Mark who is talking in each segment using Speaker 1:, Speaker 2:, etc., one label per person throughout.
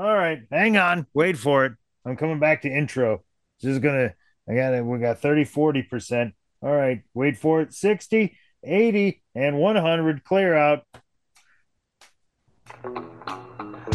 Speaker 1: right, hang on, wait for it. I'm coming back to intro. This is gonna, I got it. We got 30, 40 percent. All right, wait for it. 60, 80, and 100 clear out.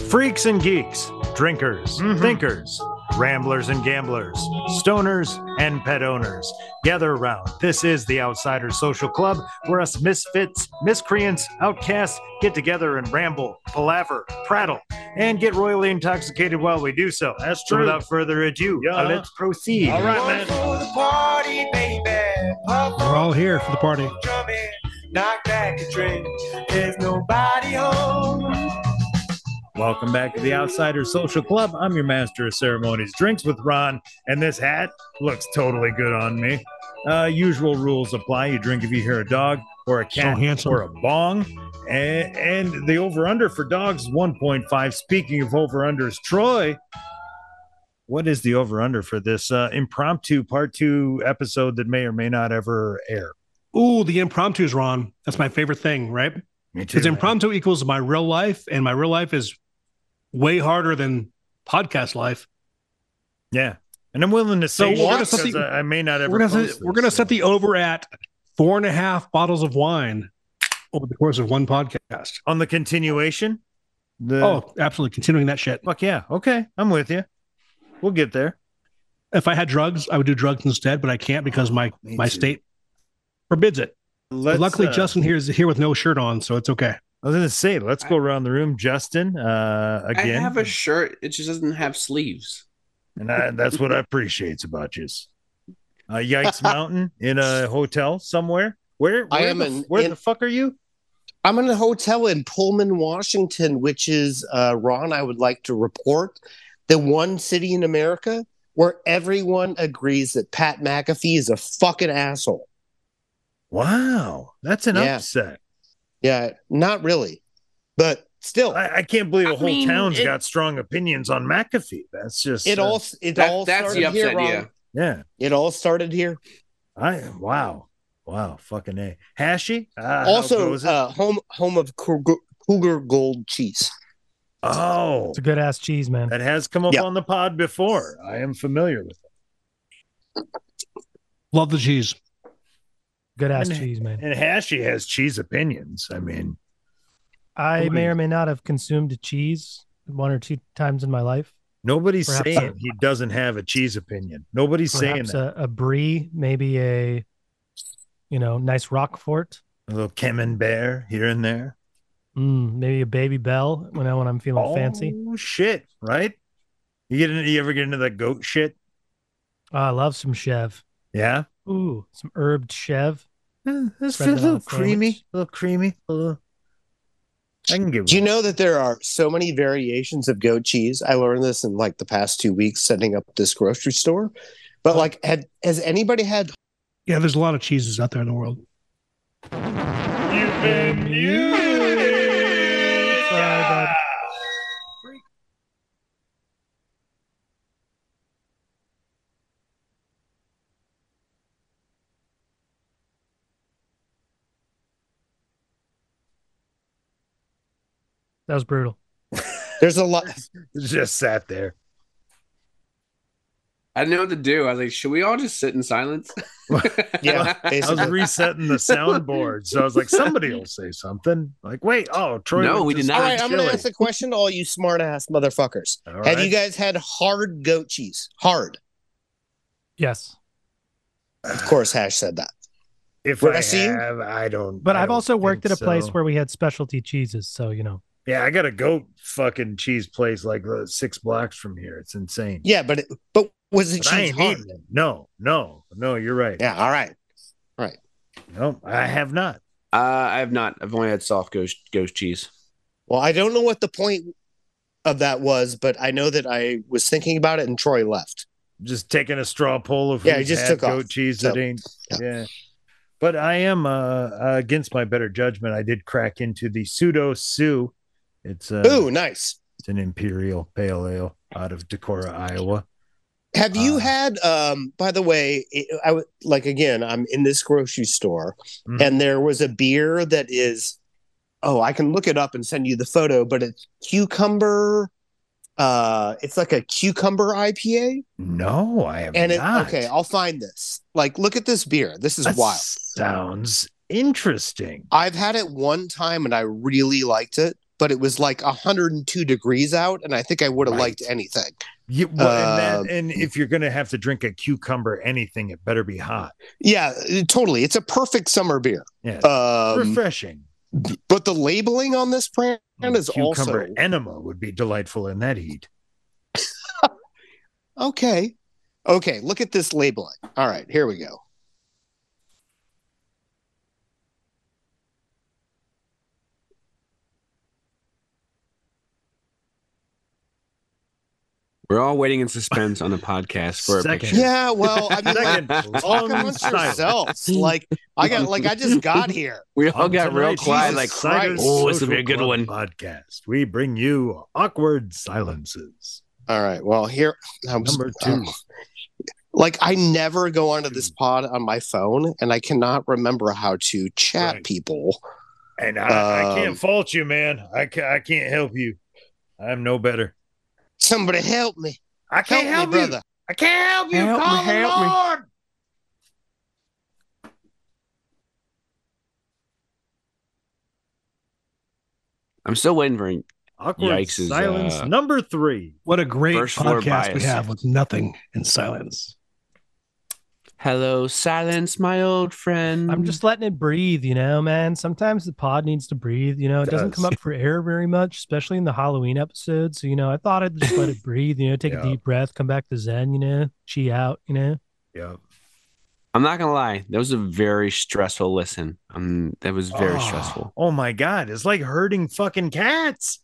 Speaker 2: Freaks and geeks, drinkers,
Speaker 1: Mhm.
Speaker 2: thinkers, ramblers and gamblers, stoners and pet owners, gather around. This is the Outsider Social Club, where us misfits, miscreants, outcasts get together and ramble, palaver, prattle, and get royally intoxicated while we do so.
Speaker 1: That's
Speaker 2: So
Speaker 1: true.
Speaker 2: without further ado,
Speaker 1: Yeah.
Speaker 2: uh, let's proceed.
Speaker 1: All right,
Speaker 3: Going
Speaker 1: man.
Speaker 3: to the party, baby. Pop
Speaker 4: We're all here for the party.
Speaker 3: on drumming. Knock back a drink. There's nobody home.
Speaker 1: Welcome back to the Outsider Social Club. I'm your master of ceremonies, drinks with Ron, and this hat looks totally good on me. Uh, usual rules apply. You drink if you hear a dog or a cat
Speaker 4: handsome.
Speaker 1: or a bong. And, and the over under for dogs is 1.5. Speaking of over unders, Troy, what is the over under for this uh, impromptu part two episode that may or may not ever air?
Speaker 4: Ooh, the impromptus, Ron. That's my favorite thing, right?
Speaker 1: Me too.
Speaker 4: Because impromptu equals my real life, and my real life is way harder than podcast life.
Speaker 1: Yeah. And I'm willing to
Speaker 4: So
Speaker 1: say
Speaker 4: we're gonna
Speaker 1: shit
Speaker 4: set
Speaker 1: 'cause
Speaker 4: the-
Speaker 1: I, I may not ever.
Speaker 4: We're gonna
Speaker 1: post
Speaker 4: set, we're gonna
Speaker 1: this, so.
Speaker 4: set the over at four and a half bottles of wine over the course of one podcast.
Speaker 1: on the continuation. The,
Speaker 4: Oh, absolutely! Continuing that shit.
Speaker 1: fuck yeah. Okay. I'm with you. We'll get there.
Speaker 4: If I had drugs, I would do drugs instead, but I can't because my
Speaker 1: Me
Speaker 4: my
Speaker 1: too.
Speaker 4: state forbids it. But
Speaker 1: Let's,
Speaker 4: luckily,
Speaker 1: uh,
Speaker 4: Justin here is here with no shirt on, so it's okay.
Speaker 1: I was going to say, let's go around the room. Justin, uh, again.
Speaker 5: I have a shirt. It just doesn't have sleeves.
Speaker 1: and I, that's what I appreciate about you. Uh, Yikes Mountain in a hotel somewhere. Where, where
Speaker 6: I am
Speaker 1: the,
Speaker 6: an-
Speaker 1: where
Speaker 6: in-
Speaker 1: the fuck are you?
Speaker 6: I'm in a hotel in Pullman, Washington, which is, uh, Ron, I would like to report the one city in America where everyone agrees that Pat McAfee is a fucking asshole.
Speaker 1: Wow, that's an
Speaker 6: Yeah.
Speaker 1: upset.
Speaker 6: Yeah, not really, but still,
Speaker 1: I, I can't believe a
Speaker 5: I
Speaker 1: whole
Speaker 5: mean,
Speaker 1: town's
Speaker 5: it-
Speaker 1: got strong opinions on McAfee. That's just
Speaker 6: it
Speaker 1: uh,
Speaker 6: all it
Speaker 5: That-
Speaker 6: all
Speaker 5: that's the
Speaker 6: started here,
Speaker 5: upset,
Speaker 6: Ron.
Speaker 5: yeah.
Speaker 1: yeah.
Speaker 6: It all started here.
Speaker 1: I wow, wow, fucking a Hashi. Ah, how
Speaker 6: also,
Speaker 1: goes it?
Speaker 6: uh, home home of Cougar, Cougar Gold cheese.
Speaker 1: oh,
Speaker 7: It's a good ass cheese, man.
Speaker 1: that has come up
Speaker 6: Yeah.
Speaker 1: on the pod before. I am familiar with it.
Speaker 4: Love the cheese.
Speaker 7: Good ass
Speaker 1: And-
Speaker 7: cheese, man.
Speaker 1: And Hashi has cheese opinions. I mean,
Speaker 7: I
Speaker 1: Ooh.
Speaker 7: may or may not have consumed a cheese one or two times in my life.
Speaker 1: nobody's
Speaker 7: Perhaps
Speaker 1: saying he doesn't have a cheese opinion. Nobody's saying
Speaker 7: Perhaps
Speaker 1: that.
Speaker 7: a, a brie, maybe a you know nice roquefort,
Speaker 1: A little camembert here and there.
Speaker 7: mm, maybe a baby bell when I when I'm feeling fancy.
Speaker 1: Oh shit! Right? You get into, you ever get into that goat shit?
Speaker 7: Oh, I love some chev.
Speaker 1: Yeah. Eh,
Speaker 7: Ooh, some herbed chev.
Speaker 1: It's
Speaker 7: Spread it on a sandwich.
Speaker 1: a little creamy, a little. I can give
Speaker 6: Do you
Speaker 1: it.
Speaker 6: know that there are so many variations of goat cheese? I learned this in like the past two weeks setting up this grocery store. But like, had, has anybody had
Speaker 4: Yeah, there's a lot of cheeses out there in the world.
Speaker 7: Sorry, bud. That was brutal.
Speaker 6: There's a lot.
Speaker 1: Just sat there.
Speaker 5: I didn't know what to do. I was like, should we all just sit in silence?
Speaker 6: Yeah,
Speaker 1: I was
Speaker 6: basically.
Speaker 1: resetting the soundboard, so I was like, somebody will say something. Like, wait, oh, Troy.
Speaker 5: No,
Speaker 1: went
Speaker 5: we
Speaker 1: to
Speaker 5: did not.
Speaker 6: All
Speaker 1: sleep
Speaker 6: right, I'm going
Speaker 1: chilly.
Speaker 6: to ask the question to all you smart ass motherfuckers.
Speaker 1: All
Speaker 6: Have
Speaker 1: right.
Speaker 6: you guys had hard goat cheese? Hard.
Speaker 7: Yes,
Speaker 6: Of course, Hash said that.
Speaker 1: If
Speaker 6: We're
Speaker 1: I
Speaker 6: seeing-
Speaker 1: have, I don't.
Speaker 7: but
Speaker 1: I
Speaker 7: I've
Speaker 1: don't
Speaker 7: also worked at
Speaker 1: think
Speaker 7: a place
Speaker 1: so.
Speaker 7: where we had specialty cheeses, so you know.
Speaker 1: Yeah, I got a goat fucking cheese place like uh, six blocks from here. It's insane.
Speaker 6: Yeah, but it, but was the
Speaker 1: But I
Speaker 6: cheese
Speaker 1: ain't
Speaker 6: hard?
Speaker 1: eating it. No, no, no. You're right.
Speaker 6: Yeah, all right.
Speaker 1: No, I have not.
Speaker 5: Uh, I have not. I've only had soft ghost ghost cheese.
Speaker 6: Well, I don't know what the point of that was, but I know that I was thinking about it and Troy left.
Speaker 1: Just taking a straw poll of
Speaker 6: Yeah, he
Speaker 1: who's
Speaker 6: just
Speaker 1: had
Speaker 6: took off.
Speaker 1: goat cheese that
Speaker 6: So,
Speaker 1: ain't. Yeah.
Speaker 6: yeah.
Speaker 1: But I am uh, against my better judgment. I did crack into the pseudo Sue. It's uh,
Speaker 6: Ooh, nice.
Speaker 1: It's an imperial pale ale out of Decorah, Iowa.
Speaker 6: Have you
Speaker 1: Uh,
Speaker 6: had? Um, by the way, it, I would like again. I'm in this grocery store,
Speaker 1: Mhm.
Speaker 6: and there was a beer that is. Oh, I can look it up and send you the photo, but it's cucumber uh it's like a cucumber IPA.
Speaker 1: No, I have
Speaker 6: And it,
Speaker 1: not.
Speaker 6: okay, I'll find this. Like, look at this beer. This is
Speaker 1: That
Speaker 6: wild.
Speaker 1: Sounds interesting.
Speaker 6: I've had it one time and I really liked it, but it was like 102 degrees out, and I think I would have
Speaker 1: Right.
Speaker 6: liked anything.
Speaker 1: You, well, and,
Speaker 6: Uh,
Speaker 1: that, and if you're going to have to drink a cucumber, anything, it better be hot.
Speaker 6: Yeah, totally. It's a perfect summer beer.
Speaker 1: Yeah,
Speaker 6: Um,
Speaker 1: refreshing.
Speaker 6: but the labeling on this brand is
Speaker 1: cucumber
Speaker 6: also
Speaker 1: enema would be delightful in that heat.
Speaker 6: okay. Okay, look at this labeling. All right, here we go.
Speaker 5: We're all waiting in suspense on the podcast for a
Speaker 1: Second.
Speaker 5: picture.
Speaker 6: Yeah, well, I mean, like,
Speaker 1: Second,
Speaker 6: talk
Speaker 1: long
Speaker 6: amongst
Speaker 1: silence.
Speaker 6: yourselves. Like, I got, like, I just got here.
Speaker 5: We all got real
Speaker 1: Tonight's
Speaker 5: quiet,
Speaker 6: Jesus
Speaker 5: like
Speaker 1: Outsiders
Speaker 5: "Oh, this will be a
Speaker 1: Social
Speaker 5: good
Speaker 1: Club
Speaker 5: one."
Speaker 1: Podcast. We bring you awkward silences.
Speaker 6: All right, well, here I'm just-
Speaker 1: Number two.
Speaker 6: like I never go onto this pod on my phone, and I cannot remember how to chat
Speaker 1: Right.
Speaker 6: people.
Speaker 1: And I, I
Speaker 6: Um,
Speaker 1: can't fault you, man. I ca- I can't help you. I'm no better.
Speaker 6: Somebody help me!
Speaker 1: I
Speaker 6: Help,
Speaker 1: can't help,
Speaker 6: me,
Speaker 1: you.
Speaker 6: brother!
Speaker 1: I can't help you.
Speaker 5: Help me,
Speaker 1: Call
Speaker 5: help
Speaker 1: the
Speaker 5: me.
Speaker 1: Lord.
Speaker 5: I'm still waiting for.
Speaker 1: Awkward
Speaker 5: Yikes is,
Speaker 1: silence
Speaker 5: uh,
Speaker 1: number three.
Speaker 4: What a great
Speaker 5: First floor
Speaker 4: podcast we
Speaker 5: bias.
Speaker 4: have with nothing and silence.
Speaker 5: Hello, silence, my old friend.
Speaker 7: I'm just letting it breathe, you know, man. Sometimes the pod needs to breathe, you know. It doesn't come
Speaker 1: Does.
Speaker 7: up for air very much, especially in the Halloween episode. So, you know, I thought I'd just let it breathe, you know, take
Speaker 1: Yeah.
Speaker 7: a deep breath, come back to Zen, you know, chi out, you know.
Speaker 1: Yeah.
Speaker 5: I'm not gonna lie. That was a very stressful listen. Um, that was very
Speaker 1: Oh,
Speaker 5: stressful.
Speaker 1: Oh my god, it's like herding fucking cats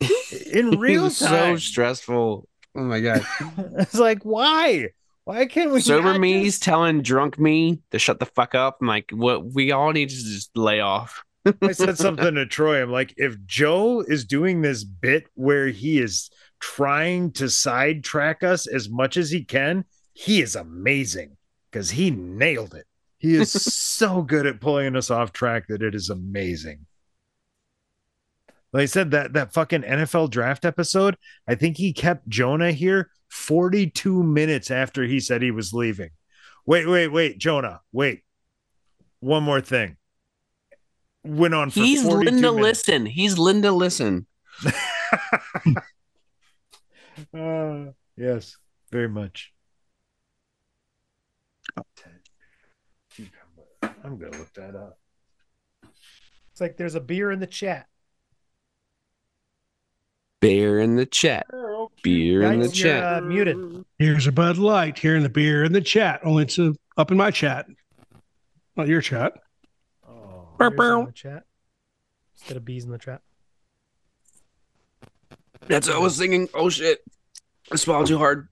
Speaker 1: in
Speaker 5: It
Speaker 1: real
Speaker 5: was
Speaker 1: time.
Speaker 5: so stressful. Oh my god.
Speaker 1: it's like why? Why can't we?
Speaker 5: Sober
Speaker 1: not
Speaker 5: me's
Speaker 1: just-
Speaker 5: telling drunk me to shut the fuck up. I'm like, what? We all need to just lay off.
Speaker 1: I said something to Troy. I'm like, if Joe is doing this bit where he is trying to sidetrack us as much as he can, he is amazing because he nailed it. He is so good at pulling us off track that it is amazing. Like I said, that that fucking NFL draft episode, I think he kept Jonah here 42 minutes after he said he was leaving. Wait, wait, wait, Jonah, wait. One more thing. Went on for
Speaker 5: He's
Speaker 1: 42
Speaker 5: Linda
Speaker 1: minutes.
Speaker 5: Listen. He's Linda Listen.
Speaker 1: Uh, yes, very much. I'm gonna look that up.
Speaker 7: It's like there's a beer in the chat.
Speaker 5: Bear in the chat.
Speaker 1: Oh,
Speaker 5: Beer in the
Speaker 7: Guys, you're,
Speaker 5: chat.
Speaker 7: uh, muted.
Speaker 4: Here's a Bud Light here in the beer in the chat. Only it's uh, up in my chat, not your chat.
Speaker 1: Oh,
Speaker 7: Beer's in the chat. Instead of bees in the chat.
Speaker 5: That's what I was singing. Oh shit! I swallowed too hard.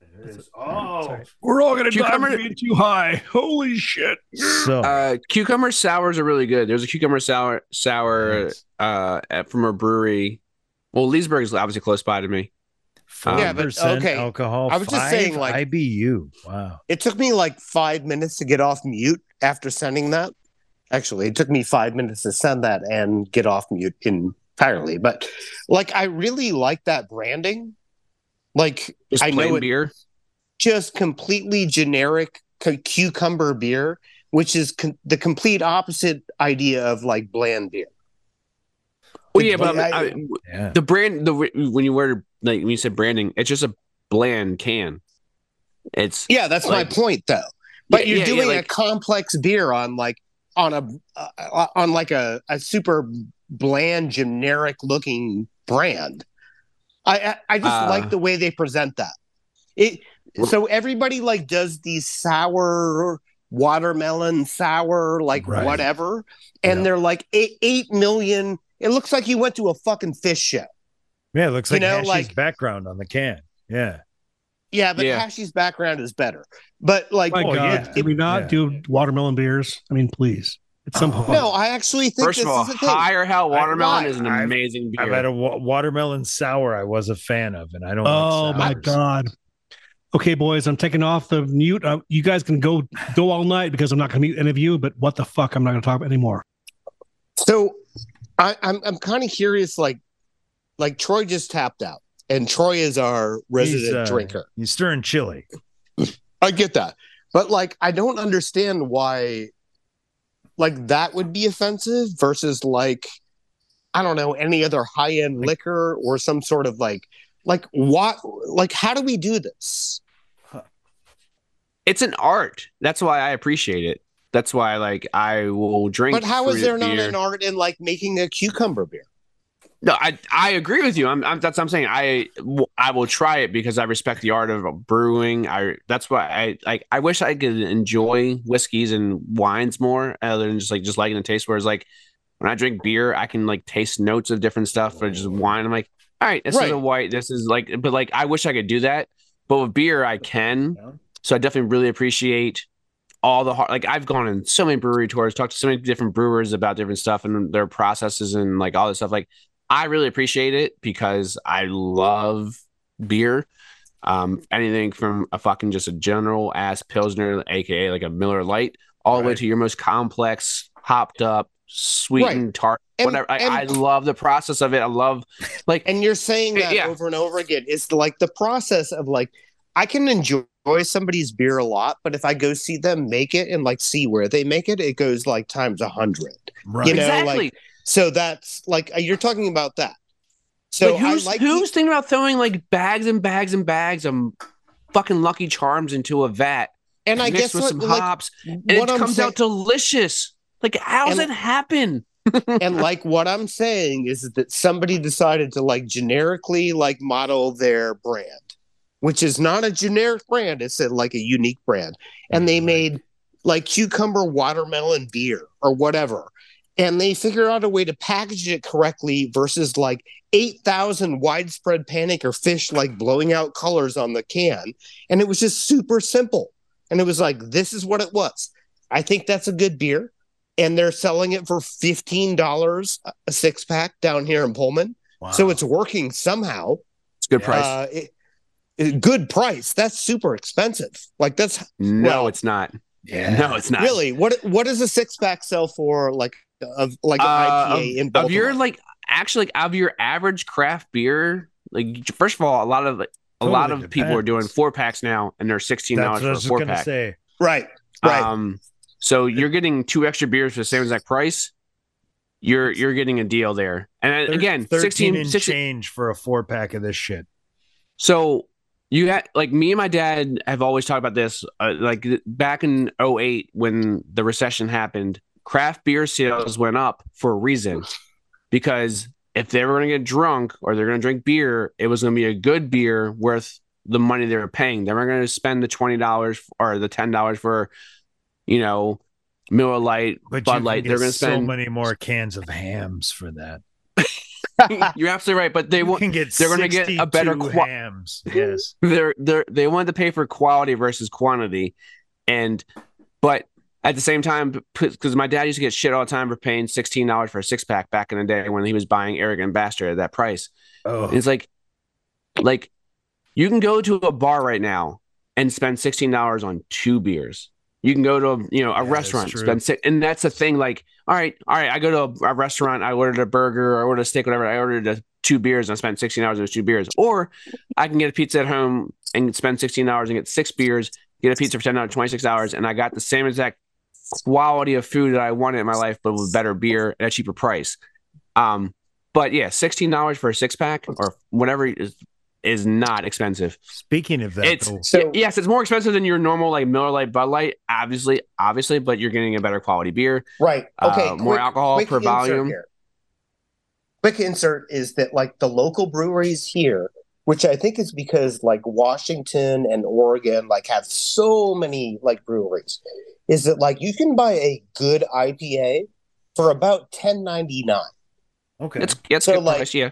Speaker 1: there it is.
Speaker 7: It's all
Speaker 1: Oh,
Speaker 7: right.
Speaker 4: We're all gonna die
Speaker 5: Cucumber-
Speaker 4: for being too high. Holy shit!
Speaker 1: so
Speaker 5: Uh, cucumber sours are really good. There's a cucumber sour sour
Speaker 1: Yes.
Speaker 5: uh at, from a brewery. Well, Leesburg is obviously close by to me. Um,
Speaker 6: Yeah, but-
Speaker 1: 4%
Speaker 6: okay.
Speaker 1: alcohol.
Speaker 6: I was just
Speaker 1: five
Speaker 6: saying, like-
Speaker 1: IBU. Wow.
Speaker 6: It took me like five minutes to get off mute after sending that. Actually, it took me five minutes to send that and get off mute entirely. But like, I really like that branding. Like,
Speaker 5: just
Speaker 6: I know
Speaker 5: plain
Speaker 6: it-
Speaker 5: beer.
Speaker 6: just completely generic cu- cucumber beer, which is com- the complete opposite idea of like bland beer.
Speaker 5: Well, Oh, yeah, but
Speaker 6: I-
Speaker 5: I mean,
Speaker 1: Yeah.
Speaker 5: the brand the when you were like when you said branding, it's just a bland can. It's
Speaker 6: Yeah, that's
Speaker 5: Like-
Speaker 6: my point though. But
Speaker 5: Yeah,
Speaker 6: you're
Speaker 5: yeah, yeah,
Speaker 6: doing a
Speaker 5: like-
Speaker 6: complex beer on like on a uh, on like a, a super bland generic looking brand. I I, I just
Speaker 5: Uh.
Speaker 6: like the way they present that. It so everybody like does these sour watermelon sour like
Speaker 1: Right.
Speaker 6: whatever and
Speaker 1: Yeah.
Speaker 6: they're like "E, eight, 8 million it looks like you went to a fucking fish show.
Speaker 1: Yeah, it looks
Speaker 6: you
Speaker 1: like
Speaker 6: know,
Speaker 1: Hashi's
Speaker 6: like-
Speaker 1: background on the can. Yeah.
Speaker 6: Yeah, but
Speaker 5: Yeah.
Speaker 6: Hashi's background is better. But like
Speaker 4: My
Speaker 1: Oh,
Speaker 4: God,
Speaker 1: yeah.
Speaker 4: can we not
Speaker 1: Yeah.
Speaker 4: do watermelon beers? I mean, please. It's some
Speaker 1: Oh.
Speaker 4: point.
Speaker 6: no, I actually think
Speaker 5: first
Speaker 6: this
Speaker 5: of all,
Speaker 6: is a thing.
Speaker 5: high or hell watermelon
Speaker 6: why?
Speaker 5: is an
Speaker 1: I've-
Speaker 5: amazing
Speaker 1: I've
Speaker 5: beer.
Speaker 1: had a wa- watermelon sour I was a fan of, and I don't.
Speaker 4: Oh
Speaker 1: like
Speaker 4: my
Speaker 1: sours.
Speaker 4: god. Okay, boys, I'm taking off the mute. Uh, you guys can go go all night because I'm not going to mute any of you. But what the fuck? I'm not going to talk about anymore.
Speaker 6: So I, I'm I'm kind of curious, like like Troy just tapped out. and Troy is our resident
Speaker 1: uh,
Speaker 6: drinker.
Speaker 1: You stirring chili.
Speaker 6: I get that. But like I don't understand why like that would be offensive versus like I don't know any other high-end liquor or some sort of like like what like how do we do this?
Speaker 5: It's an art. That's why I appreciate it. That's why like I will drink.
Speaker 6: But how is
Speaker 5: fruit
Speaker 6: there not
Speaker 5: beer.
Speaker 6: an art in like making a cucumber beer?
Speaker 5: No, I I agree with you. I'm, I'm that's what I'm saying. I w- I will try it because I respect the art of brewing. I that's why I like. I wish I could enjoy whiskeys and wines more, other than just like just liking the taste. Whereas like when I drink beer, I can like taste notes of different stuff. Or just wine, I'm like, all right, this is
Speaker 6: Right.
Speaker 5: a white. This is like, but like I wish I could do that. But with beer, I can. So I definitely really appreciate all the hard. Like I've gone on so many brewery tours, talked to so many different brewers about different stuff and their processes and like all this stuff. Like I really appreciate it because I love beer. Um, anything from a fucking just a general ass pilsner, aka like a Miller Light, all the way to your most complex, hopped up, sweetened tart,
Speaker 6: And-
Speaker 5: whatever. I,
Speaker 6: and-
Speaker 5: I love the process of it. I love like
Speaker 6: And you're saying that
Speaker 5: Yeah.
Speaker 6: over and over again. It's like the process of like I can enjoy somebody's beer a lot, but if I go see them make it and like see where they make it, it goes like times a hundred.
Speaker 1: Right.
Speaker 6: You know,
Speaker 5: exactly.
Speaker 6: like So that's like uh, you're talking about that. So
Speaker 5: But who's
Speaker 6: I like
Speaker 5: who's thinking about throwing like bags and bags and bags of fucking Lucky Charms into a vat
Speaker 6: and I
Speaker 5: mixed
Speaker 6: guess
Speaker 5: with
Speaker 6: what,
Speaker 5: some
Speaker 6: like,
Speaker 5: hops, and
Speaker 6: what
Speaker 5: it
Speaker 6: I'm
Speaker 5: comes
Speaker 6: saying-
Speaker 5: out delicious. Like, how does
Speaker 6: And-
Speaker 5: it happen?
Speaker 6: and like what I'm saying is that somebody decided to like generically like model their brand, which is not a generic brand. It's a, like a unique brand, and they made like cucumber watermelon beer or whatever, and they figure out a way to package it correctly versus like eight thousand widespread panic or fish like blowing out colors on the can, and it was just super simple, and it was like this is what it was. I think that's a good beer and they're selling it for fifteen dollars a six pack down here in Pullman.
Speaker 1: Wow.
Speaker 6: So it's working somehow.
Speaker 5: It's good price.
Speaker 6: Uh, it, it- good price. That's super expensive. Like that's
Speaker 5: no,
Speaker 6: well,
Speaker 5: it's not. Yeah, no, it's not.
Speaker 6: really what. What does a six pack sell for? Like of like an
Speaker 5: Uh,
Speaker 6: IPA in
Speaker 5: of
Speaker 6: Baltimore?
Speaker 5: your like actually like, of your average craft beer. Like, first of all, a lot of like, a
Speaker 1: Totally
Speaker 5: lot of people are doing
Speaker 1: depends.
Speaker 5: four packs now, and they're sixteen
Speaker 1: That's what I
Speaker 5: dollars
Speaker 1: was just
Speaker 5: for a four
Speaker 1: gonna
Speaker 5: pack.
Speaker 1: say.
Speaker 6: right, right.
Speaker 5: Um, so you're getting two extra beers for the same exact price. You're you're getting a deal there. And uh,
Speaker 1: Thir-
Speaker 5: again,
Speaker 1: 13
Speaker 5: 16,
Speaker 1: and
Speaker 5: 16
Speaker 1: change for a four pack of this shit.
Speaker 5: So you had like me and my dad have always talked about this. Uh, like th- back in 08 when the recession happened, craft beer sales went up for a reason because if they were going to get drunk or they're going to drink beer, it was going to be a good beer worth the money they were paying. They weren't going to spend the $20 f- or the $10 for, you know, Miller Lite.
Speaker 1: But
Speaker 5: Bud
Speaker 1: you
Speaker 5: Light,
Speaker 1: can
Speaker 5: they're
Speaker 1: get
Speaker 5: gonna
Speaker 1: so
Speaker 5: spend-
Speaker 1: many more cans of hams for that.
Speaker 5: You're absolutely right, but they
Speaker 1: You
Speaker 5: won't.
Speaker 1: can get
Speaker 5: they're gonna get a better
Speaker 1: 62
Speaker 5: qua-
Speaker 1: hams. Yes.
Speaker 5: they're they're they wanted to pay for quality versus quantity and but at the same time because my dad used to get shit all the time for paying $16 for a six-pack back in the day when he was buying arrogant bastard at that price
Speaker 1: Oh,
Speaker 5: and it's like like you can go to a bar right now and spend $16 on two beers you can go to a, you know a
Speaker 1: that's
Speaker 5: restaurant
Speaker 1: true.
Speaker 5: spend six, and that's the thing like all right all right i go to a, a restaurant i ordered a burger i ordered a steak whatever i ordered a, two beers and i spent $16 on those two beers or i can get a pizza at home and spend $16 and get six beers get a pizza for $10 $26 and i got the same exact quality of food that i wanted in my life but with better beer at a cheaper price um but yeah $16 for a six pack or whatever is, is not expensive
Speaker 1: speaking of that,
Speaker 5: it's
Speaker 1: though,
Speaker 6: So
Speaker 5: yes, it's more expensive than your normal like Miller Lite, Bud Light, obviously, obviously, but you're getting a better quality beer,
Speaker 6: right. Okay.
Speaker 5: uh, more alcohol per
Speaker 6: insert
Speaker 5: volume.
Speaker 6: here. Quick insert is that like the local breweries here, which I think is because like Washington and Oregon like have so many like breweries, is that like you can buy a good IPA for about ten ninety nine.
Speaker 1: okay.
Speaker 5: It's it's
Speaker 6: So,
Speaker 5: good
Speaker 6: like-
Speaker 5: price, yeah.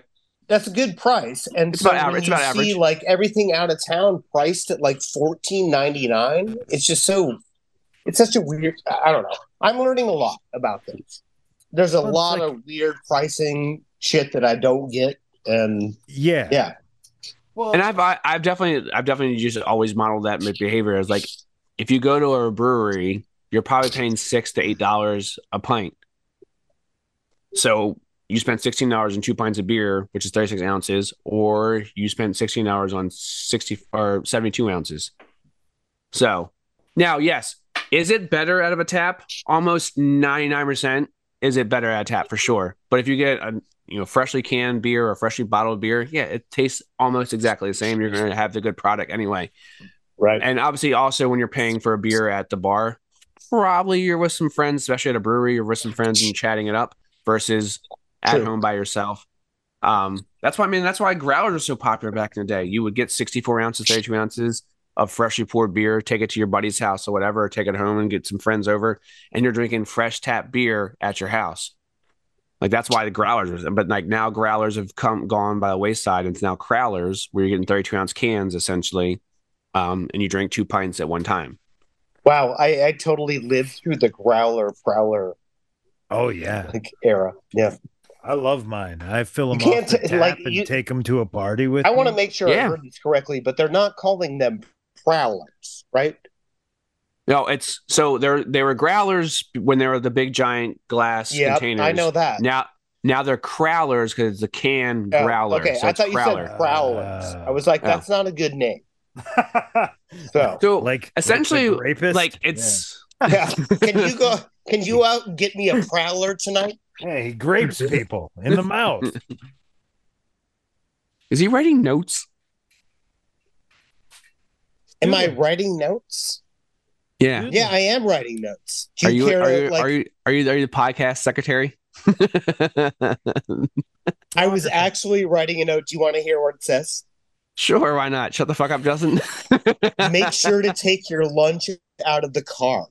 Speaker 6: That's a good price, and
Speaker 5: It's
Speaker 6: so
Speaker 5: about aver-
Speaker 6: when
Speaker 5: it's
Speaker 6: you
Speaker 5: about
Speaker 6: see
Speaker 5: average.
Speaker 6: like everything out of town priced at like fourteen ninety nine, it's just so. It's such a weird. I I don't know. I'm learning a lot about things. There's a
Speaker 1: Well, it's
Speaker 6: lot
Speaker 1: like-
Speaker 6: of weird pricing shit that I don't get, and
Speaker 1: yeah.
Speaker 6: yeah,
Speaker 1: Well,
Speaker 5: And I've I, I've definitely I've definitely just always modeled that behavior as like if you go to a brewery, you're probably paying six to eight dollars a pint. So you spent sixteen dollars on two pints of beer, which is thirty six ounces, or you spent sixteen dollars on sixty or seventy two ounces. So now, yes, is it better out of a tap? Almost ninety nine percent is it better at a tap for sure. But if you get a you know freshly canned beer or freshly bottled beer, yeah, it tastes almost exactly the same. You're going to have the good product anyway.
Speaker 6: Right.
Speaker 5: And obviously, also when you're paying for a beer at the bar, probably you're with some friends, especially at a brewery, you're with some friends and chatting it up versus at
Speaker 6: True.
Speaker 5: home by yourself. Um, that's why I mean that's why growlers are so popular back in the day. You would get 64 ounces, 32 ounces of freshly poured beer, take it to your buddy's house or whatever, or take it home and get some friends over, and you're drinking fresh tap beer at your house. Like that's why the growlers was, but like now growlers have come gone by the wayside, and it's now crowlers where you're getting 32 ounce cans essentially, um, and you drink two pints at one time.
Speaker 6: Wow, I, I totally lived through the growler prowler
Speaker 1: Oh yeah,
Speaker 6: like era. Yeah,
Speaker 1: I love mine. I fill them
Speaker 6: You can't
Speaker 1: off the
Speaker 6: t-
Speaker 1: tap
Speaker 6: like,
Speaker 1: and
Speaker 6: you-
Speaker 1: take them to a party with.
Speaker 6: I want to
Speaker 1: me.
Speaker 6: make sure I
Speaker 5: Yeah.
Speaker 6: heard this correctly, but they're not calling them prowlers, right?
Speaker 5: No, it's so there. They were growlers when they were the big giant glass
Speaker 6: Yeah,
Speaker 5: containers.
Speaker 6: I know that.
Speaker 5: Now, now they're crowlers because it's a can
Speaker 6: Oh,
Speaker 5: growler.
Speaker 6: Okay,
Speaker 5: so
Speaker 6: I
Speaker 5: it's
Speaker 6: thought you
Speaker 5: crowler.
Speaker 6: said prowlers.
Speaker 1: Uh,
Speaker 6: I was like,
Speaker 5: oh.
Speaker 6: that's not a good name. So,
Speaker 5: So, like,
Speaker 1: like
Speaker 5: essentially,
Speaker 1: like, the rapist?
Speaker 5: like it's
Speaker 6: yeah. can you go? Can you out and get me a prowler tonight?
Speaker 1: Yeah. hey, he grapes people in the mouth.
Speaker 5: is he writing notes?
Speaker 6: Am I writing notes?
Speaker 5: Yeah.
Speaker 6: Yeah, I am writing notes. Do
Speaker 5: Are you
Speaker 6: care?
Speaker 5: are you,
Speaker 6: like,
Speaker 5: are you are you are you the podcast secretary?
Speaker 6: I was actually writing a note. Do you want to hear what it says?
Speaker 5: sure, why not? Shut the fuck up, Justin.
Speaker 6: Make sure to take your lunch out of the car.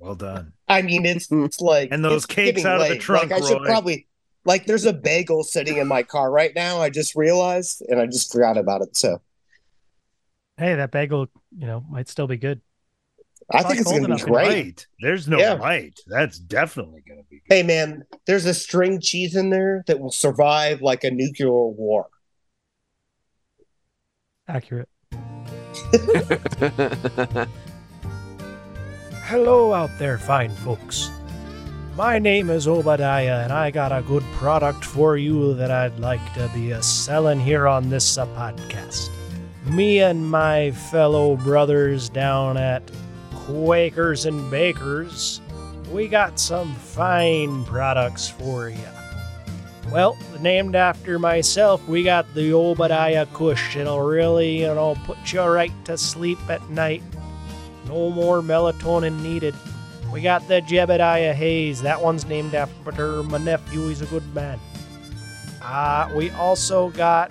Speaker 1: Well done.
Speaker 6: I mean, it's, it's like
Speaker 1: And those
Speaker 6: it's
Speaker 1: cakes
Speaker 6: getting
Speaker 1: out of the
Speaker 6: late.
Speaker 1: trunk,
Speaker 6: Like, I should
Speaker 1: Roy.
Speaker 6: probably like. There's a bagel sitting in my car right now. I just realized, and I just forgot about it. So
Speaker 7: Hey, that bagel, you know, might still be good.
Speaker 6: I
Speaker 7: Probably
Speaker 6: think it's
Speaker 7: cold
Speaker 6: gonna be
Speaker 7: enough.
Speaker 6: great.
Speaker 1: Light. There's no
Speaker 6: Yeah.
Speaker 1: light. That's definitely gonna be good.
Speaker 6: Hey man, there's a string cheese in there that will survive like a nuclear war.
Speaker 7: Accurate.
Speaker 8: Hello out there, fine folks. My name is Obadiah, and I got a good product for you that I'd like to be a selling here on this uh, podcast. Me and my fellow brothers down at Quakers and Bakers, we got some fine products for you. Well, named after myself, we got the Obadiah Kush. It'll really, you know, put you right to sleep at night. No more melatonin needed. We got the Jebediah Hayes. That one's named after my nephew. He's a good man. Uh, we also got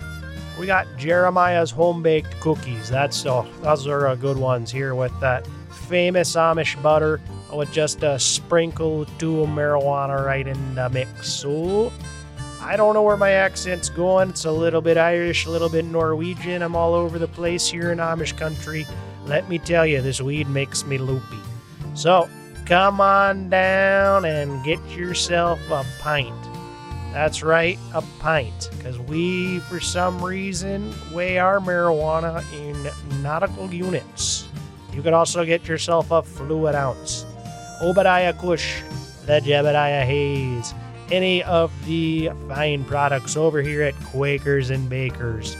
Speaker 8: we got Jeremiah's home baked cookies. That's oh, those are uh, good ones here with that famous Amish butter with just a sprinkle or two of marijuana right in the mix. So I don't know where my accent's going. It's a little bit Irish, a little bit Norwegian. I'm all over the place here in Amish country. Let me tell you, this weed makes me loopy. So come on down and get yourself a pint. That's right, a pint. Because we, for some reason, weigh our marijuana in nautical units. You can also get yourself a fluid ounce. Obadiah Kush, the Jebediah Hayes, any of the fine products over here at Quakers and Bakers.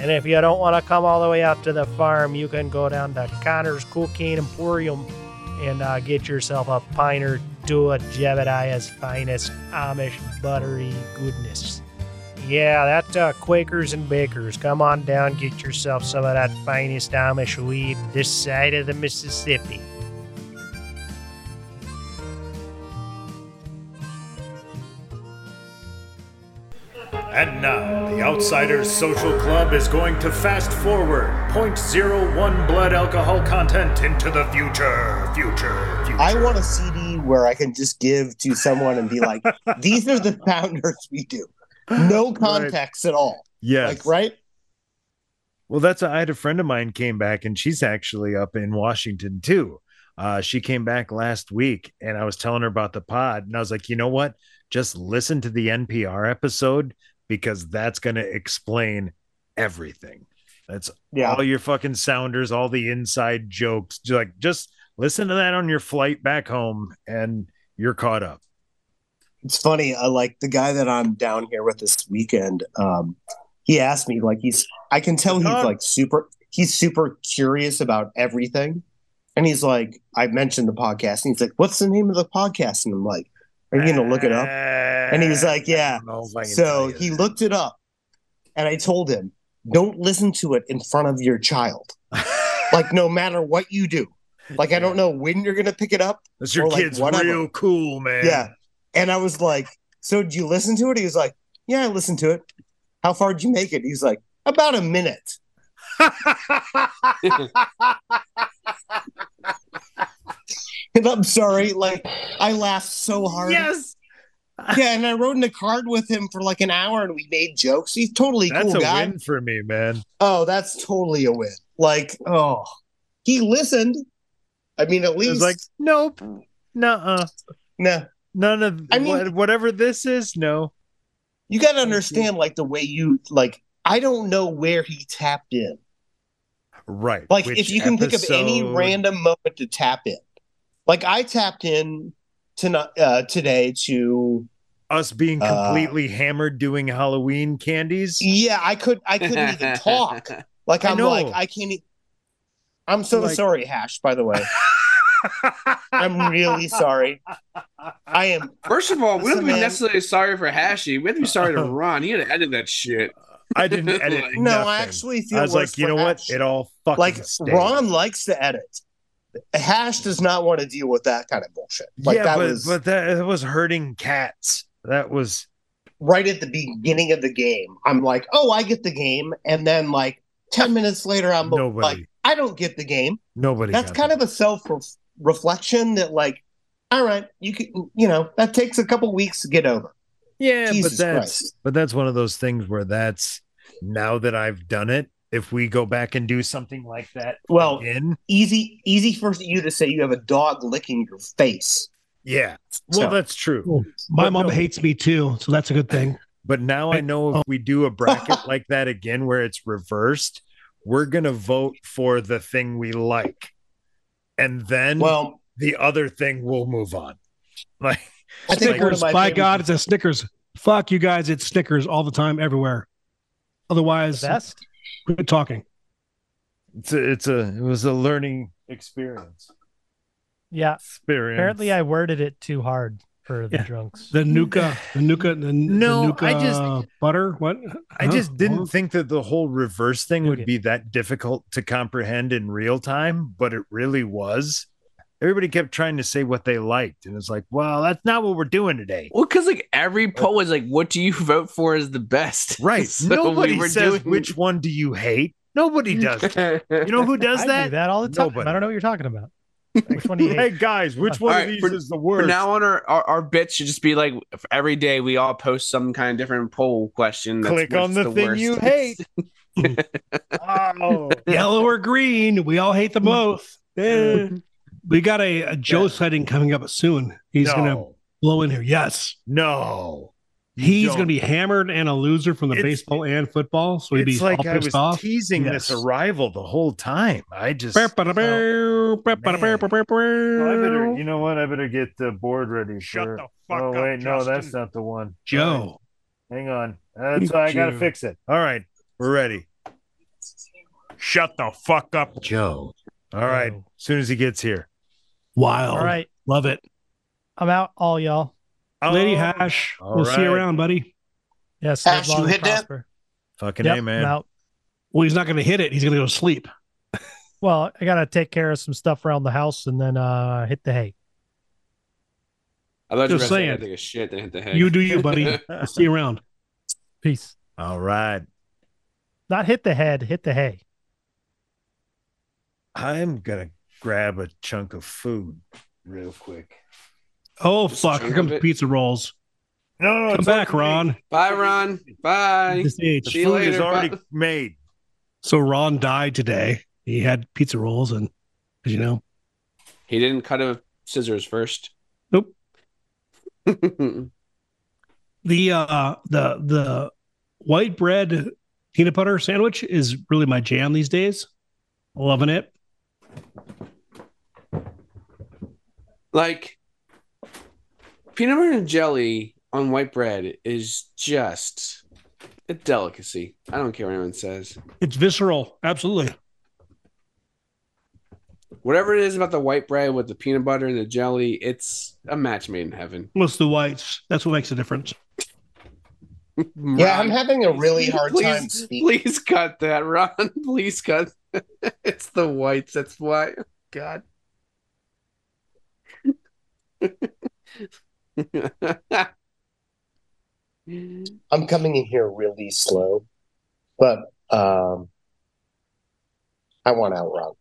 Speaker 8: And if you don't want to come all the way out to the farm, you can go down to Connor's Cocaine Emporium and uh, get yourself a pint or two of Jebediah's finest Amish buttery goodness. Yeah, that uh, Quakers and Bakers. Come on down, get yourself some of that finest Amish weed this side of the Mississippi.
Speaker 2: And now, the Outsiders Social Club is going to fast forward 0.01 blood alcohol content into the future, future, future.
Speaker 6: I want a CD where I can just give to someone and be like, "These are the founders we do." No context at all.
Speaker 1: Yes.
Speaker 6: Like right?
Speaker 1: Well, that's I had a friend of mine came back, and she's actually up in Washington too. Uh, she came back last week, and I was telling her about the pod, and I was like, you know what? Just listen to the NPR episode because that's going to explain everything. That's
Speaker 6: Yeah.
Speaker 1: all your fucking sounders, all the inside jokes. Just Like, just listen to that on your flight back home, and you're caught up.
Speaker 6: it's funny. I like the guy that I'm down here with this weekend. Um, he asked me like he's. I can tell he's like super. He's super curious about everything, and he's like, I mentioned the podcast, and he's like, "What's the name of the podcast?" And I'm like, "Are you gonna look it up?" And he was like, "Yeah." So he looked it up, and I told him, "Don't listen to it in front of your child. like no matter what you do. Like I don't know when you're gonna pick it up.
Speaker 1: That's your
Speaker 6: or, like,
Speaker 1: kid's
Speaker 6: whatever.
Speaker 1: real cool, man.
Speaker 6: Yeah. And I was like, So did you listen to it? He was like, Yeah, I listened to it. How far did you make it? He's like, About a minute. And I'm sorry, like I laughed so hard.
Speaker 1: Yes.
Speaker 6: Yeah, and I rode in the card with him for like an hour and we made jokes. He's totally
Speaker 1: That's
Speaker 6: cool
Speaker 1: a
Speaker 6: guy.
Speaker 1: win for me, man.
Speaker 6: Oh, that's totally a win. Like, oh he listened. I mean, at
Speaker 1: It's
Speaker 6: least
Speaker 1: like, nope. Nuh-uh.
Speaker 6: no.
Speaker 1: None of
Speaker 6: I mean-
Speaker 1: what- whatever this is, no.
Speaker 6: You gotta understand like the way you like I don't know where he tapped in.
Speaker 1: Right.
Speaker 6: Like
Speaker 1: Which
Speaker 6: if you can pick up any
Speaker 1: episode-
Speaker 6: random moment to tap in. Like I tapped in tonight uh, today to
Speaker 1: us being
Speaker 6: Uh,
Speaker 1: completely hammered doing Halloween candies.
Speaker 6: yeah I could I couldn't even talk. Like
Speaker 1: I
Speaker 6: I'm
Speaker 1: know.
Speaker 6: like I can't. E- I'm so
Speaker 1: Like-
Speaker 6: sorry, Hash. By the way, I'm really sorry. I am.
Speaker 5: First of all, we don't
Speaker 6: Listen,
Speaker 5: be
Speaker 6: man.
Speaker 5: necessarily sorry for Hashi. We have to be sorry to Ron. He had to edit that shit.
Speaker 1: I didn't edit.
Speaker 5: Like,
Speaker 6: No, I
Speaker 1: nothing.
Speaker 6: actually feel.
Speaker 1: I was
Speaker 6: worse
Speaker 1: like, you
Speaker 6: for
Speaker 1: know what?
Speaker 6: Hash.
Speaker 1: It all fucking
Speaker 6: like
Speaker 1: stinks.
Speaker 6: Ron likes to edit. Hash does not want to deal with that kind of bullshit. Like
Speaker 1: yeah,
Speaker 6: that
Speaker 1: but,
Speaker 6: was
Speaker 1: but that, that was hurting cats. That was
Speaker 6: right at the beginning of the game. I'm like, oh, I get the game, and then like ten minutes later, I'm
Speaker 1: Nobody.
Speaker 6: like, I don't get the game.
Speaker 1: nobody.
Speaker 6: That's
Speaker 1: got
Speaker 6: kind of a self reflection that like, all right, you can, you know, that takes a couple weeks to get over.
Speaker 1: that. yeah,
Speaker 6: Jesus
Speaker 1: but that's
Speaker 6: Christ.
Speaker 1: but that's one of those things where that's now that I've done it. If we go back and do something like that,
Speaker 6: Well-
Speaker 1: again,
Speaker 6: Easy, easy for you to say you have a dog licking your face.
Speaker 1: yeah. Well,
Speaker 6: So-
Speaker 1: that's true.
Speaker 4: My
Speaker 1: But
Speaker 4: mom
Speaker 1: no.
Speaker 4: hates me too, so that's a good thing.
Speaker 1: But now I know if we do a bracket like that again where it's reversed, we're gonna vote for the thing we like. And then
Speaker 6: Well,
Speaker 1: the other thing will move on. Like
Speaker 6: I think one of
Speaker 4: Snickers,
Speaker 6: my
Speaker 4: by
Speaker 6: favorite-
Speaker 4: God, it's a Snickers. Fuck you guys, it's Snickers all the time, everywhere. Otherwise,
Speaker 7: Best.
Speaker 4: quit talking.
Speaker 1: it's a, it's a it was a learning experience.
Speaker 7: Yeah.
Speaker 1: Experience.
Speaker 7: Apparently, I worded it too hard for the
Speaker 4: Yeah.
Speaker 7: drunks.
Speaker 4: The Nuka, the Nuka, the,
Speaker 1: No,
Speaker 4: the Nuka
Speaker 1: I just-
Speaker 4: uh, butter. What?
Speaker 1: I just
Speaker 4: Huh?
Speaker 1: didn't think that the whole reverse thing would
Speaker 7: Okay.
Speaker 1: be that difficult to comprehend in real time, but it really was. Everybody kept trying to say what they liked, and it's like, well, that's not what we're doing today.
Speaker 5: Well, because like every poll is like, what do you vote for is the best?
Speaker 1: Right.
Speaker 5: So
Speaker 1: Nobody
Speaker 5: we were
Speaker 1: says
Speaker 5: doing-
Speaker 1: which one do you hate. Nobody does. that. You
Speaker 5: All
Speaker 1: know who does
Speaker 7: I do
Speaker 1: that?
Speaker 7: that all the time.
Speaker 1: Nobody.
Speaker 7: I don't know what you're talking about. Which one do you
Speaker 1: Hey
Speaker 7: hate?
Speaker 1: guys, which one
Speaker 5: All
Speaker 1: of
Speaker 5: right,
Speaker 1: these
Speaker 5: for-
Speaker 1: is the
Speaker 5: From
Speaker 1: worst?
Speaker 5: now on, our, our our bit should just be like every day we all post some kind of different poll question. That's
Speaker 1: Click on
Speaker 5: what's
Speaker 1: the, thing
Speaker 5: worst.
Speaker 1: you hate. wow.
Speaker 4: yellow or green. We all
Speaker 1: Mm.
Speaker 4: hate them both. Eh. We got a, a Joe sighting coming up soon. He's
Speaker 1: no.
Speaker 4: gonna blow in here. Yes,
Speaker 1: No. You
Speaker 4: he's
Speaker 1: don't.
Speaker 4: gonna be hammered and a loser from the
Speaker 1: It's-
Speaker 4: baseball and football. So he'd be
Speaker 1: It's like
Speaker 4: all
Speaker 1: I
Speaker 4: pissed
Speaker 1: was
Speaker 4: off.
Speaker 1: teasing
Speaker 4: Yes.
Speaker 1: this arrival the whole time. I just.
Speaker 4: Bear, ba, da, bear, bear, ba, da, bear,
Speaker 1: man.
Speaker 4: ba,
Speaker 1: Oh,
Speaker 4: bear,
Speaker 1: I better,
Speaker 4: bear.
Speaker 1: you know what? I better get the board ready.
Speaker 4: Shut
Speaker 1: for-
Speaker 4: the fuck
Speaker 1: oh,
Speaker 4: up,
Speaker 1: wait, no, that's
Speaker 4: Justin.
Speaker 1: not the one.
Speaker 4: Joe.
Speaker 1: All right, hang on. That's why I got to
Speaker 4: Joe.
Speaker 1: fix it. All right, we're ready.
Speaker 4: Shut the fuck up.
Speaker 1: Joe. All right,
Speaker 7: Joe.
Speaker 1: as soon as he gets here.
Speaker 4: Wild.
Speaker 7: All right.
Speaker 4: Love it.
Speaker 7: I'm out, all y'all.
Speaker 4: Lady
Speaker 1: Oh,
Speaker 4: Hash.
Speaker 1: all
Speaker 4: we'll see you
Speaker 1: right.
Speaker 4: around, buddy.
Speaker 7: Yes. live
Speaker 6: Ash,
Speaker 7: long
Speaker 6: you
Speaker 7: and
Speaker 6: hit that?
Speaker 7: prosper.
Speaker 1: Fucking
Speaker 7: Yep,
Speaker 1: A,
Speaker 7: I'm
Speaker 1: man.
Speaker 7: out.
Speaker 4: Well, he's not gonna hit it. He's gonna go to sleep.
Speaker 7: Well, I gotta take care of some stuff around the house and then uh hit the hay.
Speaker 5: I thought
Speaker 4: Just
Speaker 5: you were
Speaker 4: saying.
Speaker 5: saying. Take a shit then hit the head.
Speaker 4: You do you, buddy. We'll see you around.
Speaker 7: Peace.
Speaker 1: All right.
Speaker 7: Not hit the head, hit the hay.
Speaker 1: I'm gonna grab a chunk of food real quick.
Speaker 4: Oh
Speaker 5: Just
Speaker 4: fuck! Here
Speaker 5: chunk
Speaker 4: comes
Speaker 5: of it.
Speaker 4: pizza rolls.
Speaker 1: No, no,
Speaker 4: Come
Speaker 1: Oh, it's
Speaker 4: back,
Speaker 1: okay.
Speaker 4: Ron.
Speaker 5: Bye, Ron. Bye.
Speaker 4: This
Speaker 1: The
Speaker 4: age.
Speaker 5: See you
Speaker 1: food
Speaker 5: later,
Speaker 1: is already
Speaker 5: bud.
Speaker 1: made.
Speaker 4: So Ron died today. He had pizza rolls, and as you know,
Speaker 5: He didn't cut a scissors first.
Speaker 4: Nope.
Speaker 5: Wait,
Speaker 4: the uh, the the white bread peanut butter sandwich is really my jam these days. Loving it.
Speaker 5: like peanut butter and jelly on white bread is just a delicacy. I don't care what anyone says.
Speaker 4: It's visceral. Absolutely.
Speaker 5: Whatever it is about the white bread with the peanut butter and the jelly, it's a match made in heaven.
Speaker 4: Well, it's the whites. That's what makes a difference.
Speaker 6: Yeah, I'm having a really hard
Speaker 5: please,
Speaker 6: time speaking.
Speaker 5: Please cut that, Ron. Please cut. it's the whites. That's why. God.
Speaker 6: I'm coming in here really slow, but um, I want out Ron.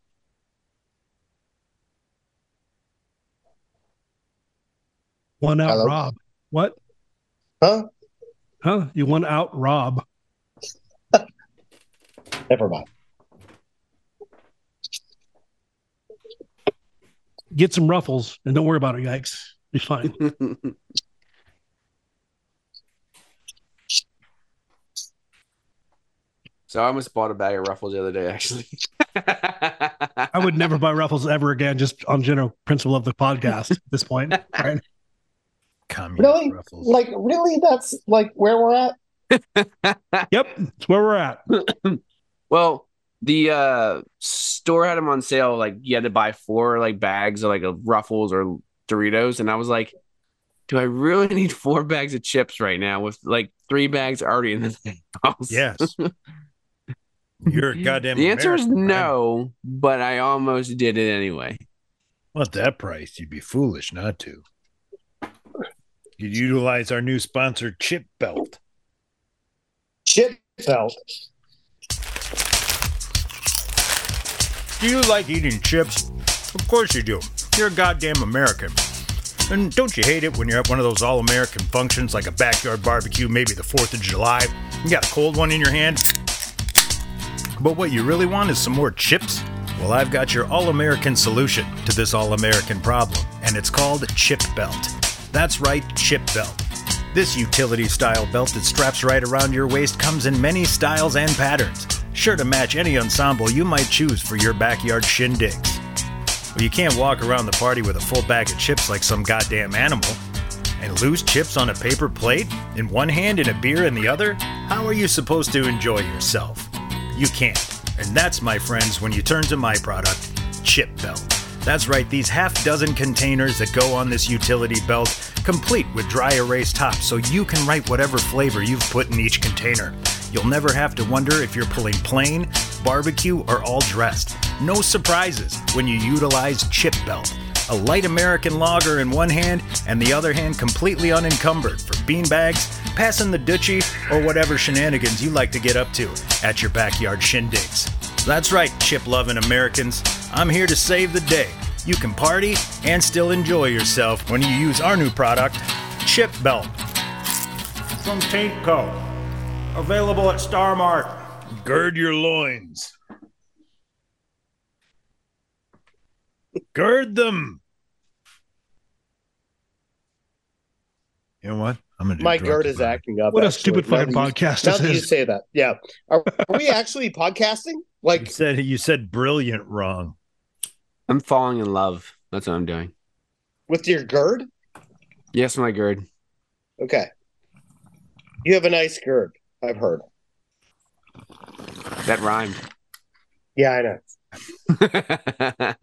Speaker 4: One out
Speaker 6: Hello?
Speaker 4: Rob. What?
Speaker 6: Huh?
Speaker 4: Huh? You won out Rob.
Speaker 6: Never mind.
Speaker 4: Get some ruffles and don't worry about it, yikes. Be fine.
Speaker 5: so I almost bought a bag of Ruffles the other day, actually.
Speaker 4: I would never buy ruffles ever again, just on general principle of the podcast at this point. Right?
Speaker 1: Communist
Speaker 6: Really?
Speaker 1: ruffles.
Speaker 6: Like, really? That's like where we're at?
Speaker 4: Yep. That's where we're at.
Speaker 5: Well, the uh store had them on sale. Like you had to buy four like bags of like of Ruffles or Doritos, and I was like, "Do I really need four bags of chips right now with like three bags already in the house?"
Speaker 1: Yes. You're a goddamn.
Speaker 5: the answer is
Speaker 1: American, right?
Speaker 5: no, but I almost did it anyway.
Speaker 1: Well, at that price, you'd be foolish not to. You'd utilize our new sponsor, Chip Belt.
Speaker 6: Chip felt.
Speaker 1: Do you like eating chips? Of course you do. You're a goddamn American. And don't you hate it when you're at one of those all American functions like a backyard barbecue, maybe the 4th of July? You got a cold one in your hand? But what you really want is some more chips? Well, I've got your all American solution to this all American problem, and it's called Chip Belt. That's right, Chip Belt. This utility style belt that straps right around your waist comes in many styles and patterns, sure to match any ensemble you might choose for your backyard shindigs. Well, you can't walk around the party with a full bag of chips like some goddamn animal. And lose chips on a paper plate in one hand and a beer in the other? How are you supposed to enjoy yourself? You can't. And that's, my friends, when you turn to my product, Chip Belt. That's right, these half dozen containers that go on this utility belt, complete with dry erase tops so you can write whatever flavor you've put in each container. You'll never have to wonder if you're pulling plain, barbecue, or all dressed. No surprises when you utilize Chip Belt a light American lager in one hand and the other hand completely unencumbered for beanbags, passing the dutchie, or whatever shenanigans you like to get up to at your backyard shindigs. That's right, chip loving Americans. I'm here to save the day. You can party and still enjoy yourself when you use our new product, Chip Belt. From Tapeco. Available at Starmart. Gird your loins. Gird them. You know what? I'm gonna. do
Speaker 6: My
Speaker 1: drugs
Speaker 6: guard is
Speaker 1: about it.
Speaker 6: acting up.
Speaker 4: What a
Speaker 6: actually.
Speaker 4: stupid
Speaker 6: Now
Speaker 4: fucking
Speaker 6: that you-
Speaker 4: podcast
Speaker 6: Now
Speaker 4: this
Speaker 6: that you
Speaker 4: is.
Speaker 6: say that, yeah. Are, are we actually podcasting?
Speaker 1: You
Speaker 6: Like,
Speaker 1: said you said brilliant wrong.
Speaker 5: I'm falling in love. That's what I'm doing.
Speaker 6: with your gird?
Speaker 5: Yes, my gird.
Speaker 6: Okay. You have a nice gird, I've heard.
Speaker 5: That rhymed.
Speaker 6: Yeah, I know.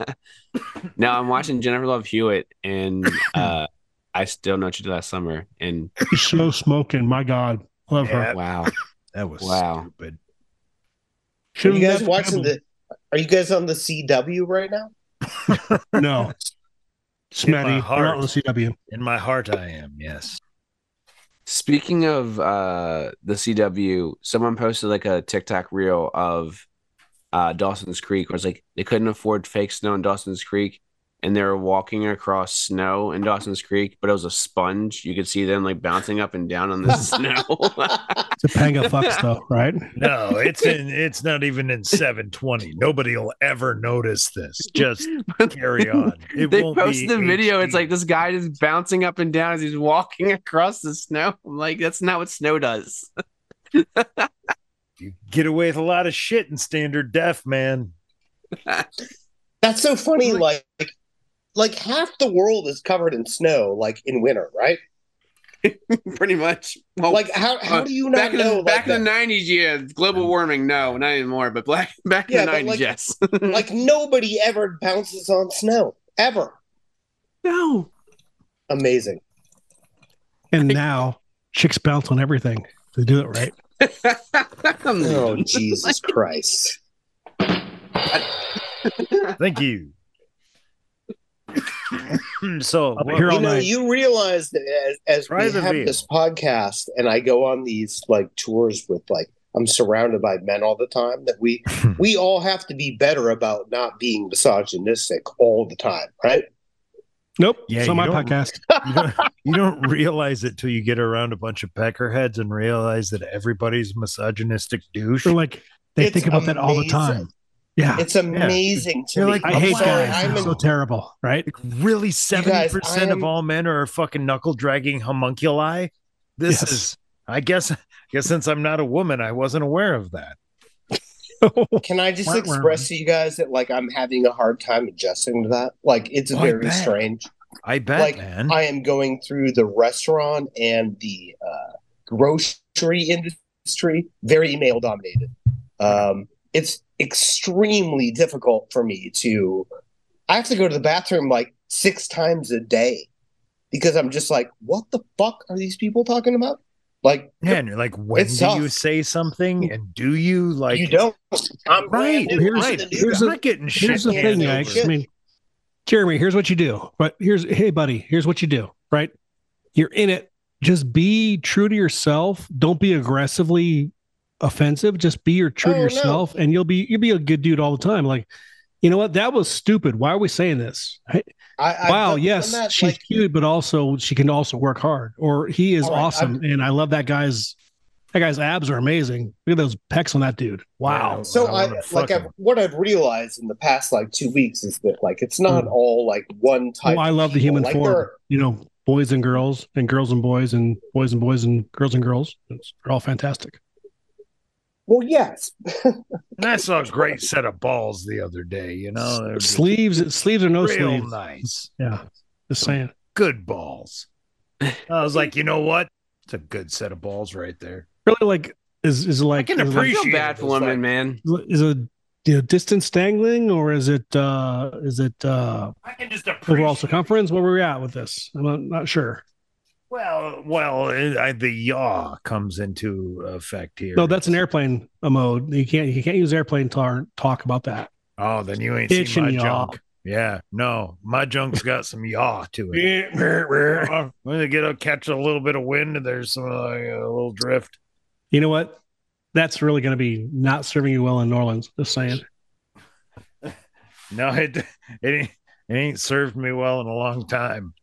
Speaker 5: no, I'm watching Jennifer Love Hewitt, and uh, I still know what you did last summer. And
Speaker 4: She's so smoking. My God. Love her.
Speaker 1: Yeah,
Speaker 5: wow,
Speaker 1: that was
Speaker 5: Wow.
Speaker 1: stupid.
Speaker 6: Are
Speaker 4: Should've
Speaker 6: you guys
Speaker 4: never happened.
Speaker 6: watching the? Are you guys on the CW right now?
Speaker 4: No.
Speaker 1: my
Speaker 4: Smetty. We're
Speaker 1: heart.
Speaker 4: not on the CW.
Speaker 1: In my heart, I am. Yes.
Speaker 5: Speaking of uh the CW, someone posted like a TikTok reel of uh Dawson's Creek where it's like they couldn't afford fake snow in Dawson's Creek and they were walking across snow in Dawson's Creek, but it was a sponge. You could see them like bouncing up and down on the snow.
Speaker 4: It's a panga fucks though, right?
Speaker 1: No, it's in. It's not even in 720. Nobody'll ever notice this. Just carry on. It
Speaker 5: they
Speaker 1: won't
Speaker 5: posted
Speaker 1: be
Speaker 5: the video. It's
Speaker 1: HD.
Speaker 5: like this guy just bouncing up and down as he's walking across the snow. I'm like, that's not what snow does.
Speaker 1: you get away with a lot of shit in standard def, man.
Speaker 6: That's so funny. Like, like half the world is covered in snow, like in winter, right?
Speaker 5: pretty much. Well,
Speaker 6: like how how
Speaker 5: uh,
Speaker 6: do you
Speaker 5: back
Speaker 6: not
Speaker 5: in the,
Speaker 6: know?
Speaker 5: back
Speaker 6: like,
Speaker 5: in the
Speaker 1: uh,
Speaker 5: nineties, yeah, global warming, no, not anymore. But black, back in
Speaker 6: Yeah,
Speaker 5: the
Speaker 6: but,
Speaker 5: nineties,
Speaker 6: like-
Speaker 5: yes.
Speaker 6: that? like nobody ever bounces on snow ever.
Speaker 5: no,
Speaker 6: Amazing.
Speaker 4: And now chicks bounce on everything. They do it right.
Speaker 6: Oh Jesus Christ!
Speaker 1: Thank you. so
Speaker 4: I'll be
Speaker 1: what-
Speaker 4: here all
Speaker 6: You know,
Speaker 4: night.
Speaker 6: you realize that as, as we
Speaker 1: Private
Speaker 6: have
Speaker 1: view.
Speaker 6: this podcast, and I go on these like tours with like I'm surrounded by men all the time. That we
Speaker 4: Hmm.
Speaker 6: we all have to be better about not being misogynistic all the time, right?
Speaker 4: Nope.
Speaker 1: Yeah,
Speaker 4: it's on
Speaker 1: you
Speaker 4: my
Speaker 1: don't-
Speaker 4: podcast.
Speaker 1: you, don't, you don't realize it till you get around a bunch of peckerheads and realize that everybody's misogynistic douche.
Speaker 4: They're like they
Speaker 6: It's
Speaker 4: think about that all the
Speaker 6: amazing.
Speaker 4: time. Yeah.
Speaker 6: It's amazing to
Speaker 1: You're
Speaker 6: me.
Speaker 1: like,
Speaker 4: I
Speaker 1: I'm
Speaker 4: hate
Speaker 1: sorry,
Speaker 4: guys.
Speaker 6: I'm
Speaker 4: They're
Speaker 6: an-
Speaker 4: so terrible, right?
Speaker 1: Like, really, seventy
Speaker 6: guys,
Speaker 1: percent of
Speaker 6: I'm-
Speaker 1: all men are fucking knuckle dragging homunculi. This
Speaker 4: Yes.
Speaker 1: is, I guess, I guess since I'm not a woman, I wasn't aware of that.
Speaker 6: Can I just
Speaker 4: Weren't
Speaker 6: express to you guys that like I'm having a hard time adjusting to that? Like it's
Speaker 1: Oh, I
Speaker 6: very
Speaker 1: bet.
Speaker 6: strange.
Speaker 1: I bet,
Speaker 6: Like,
Speaker 1: man.
Speaker 6: I am going through the restaurant and the uh, grocery industry, very male dominated. Um, it's extremely difficult for me to. I have to go to the bathroom like six times a day because I'm just like, what the fuck are these people talking about? Like,
Speaker 1: yeah, and you're like, when do
Speaker 6: It's tough.
Speaker 1: you say something, and do you like?
Speaker 6: you don't. I'm
Speaker 1: Right.
Speaker 6: brand new.
Speaker 4: Here's-
Speaker 6: I'm the new
Speaker 4: here's
Speaker 1: I'm
Speaker 6: guy.
Speaker 1: not getting shit.
Speaker 4: Here's the
Speaker 6: Yeah,
Speaker 4: thing,
Speaker 1: handed
Speaker 6: no
Speaker 1: over.
Speaker 4: Yags. I
Speaker 6: shit.
Speaker 4: mean, Jeremy, here's what you do. But here's hey, buddy, here's what you do, right? You're in it. Just be true to yourself. Don't be aggressively offensive. Just be your true
Speaker 6: Oh,
Speaker 4: to
Speaker 6: no.
Speaker 4: yourself, and you'll be you'll be a good dude all the time. Like, you know what? That was stupid. Why are we saying this? Right?
Speaker 6: I- I've
Speaker 4: wow,
Speaker 6: done-
Speaker 4: yes,
Speaker 6: done that,
Speaker 4: she's
Speaker 6: like-
Speaker 4: cute, but also she can also work hard. Or he is
Speaker 6: All right,
Speaker 4: awesome, and I love that guy's. That guy's abs are amazing. Look at those pecs on that dude. Wow.
Speaker 1: Yeah.
Speaker 6: So
Speaker 1: I
Speaker 6: I,
Speaker 1: wanna fuck
Speaker 6: like I've,
Speaker 1: him.
Speaker 6: what I've realized in the past like two weeks is that like it's not all like one type.
Speaker 4: Hmm. Oh, I love the
Speaker 6: of
Speaker 4: human
Speaker 6: people.
Speaker 4: form.
Speaker 6: there are-
Speaker 4: you know, boys and girls, and girls and boys, and boys and boys, and girls and girls. It's, they're all fantastic.
Speaker 6: Well, yes,
Speaker 1: I saw a great set of balls the other day. You know, They're just
Speaker 4: sleeves, sleeves or no
Speaker 1: real
Speaker 4: sleeves.
Speaker 1: nice,
Speaker 4: Yeah, just saying.
Speaker 1: good balls. I was like, you know what? It's a good set of balls right there.
Speaker 4: Really, like is is it like
Speaker 1: can
Speaker 4: is it
Speaker 5: I
Speaker 1: appreciate
Speaker 5: feel bad
Speaker 1: it.
Speaker 5: for
Speaker 1: It's
Speaker 5: women,
Speaker 1: like-
Speaker 5: man.
Speaker 4: like, is it you know, distance dangling or is it uh is it uh
Speaker 1: I can just
Speaker 4: overall
Speaker 1: appreciate.
Speaker 4: circumference? Where were we at with this? I'm not, not sure.
Speaker 1: Well, well, it, I, the yaw comes into effect here.
Speaker 4: No, that's an airplane uh, mode. You can't you can't use airplane tar- talk about that.
Speaker 1: Oh, then you ain't
Speaker 4: Bitch
Speaker 1: seen my
Speaker 4: and yaw.
Speaker 1: junk. Yeah, no, my junk's got some yaw to it. Uh, when they get a catch a little bit of wind, and there's some uh, a little drift.
Speaker 4: You know what? That's really going to be not serving you well in New Orleans. Just saying.
Speaker 1: No, it it ain't, it ain't served me well in a long time.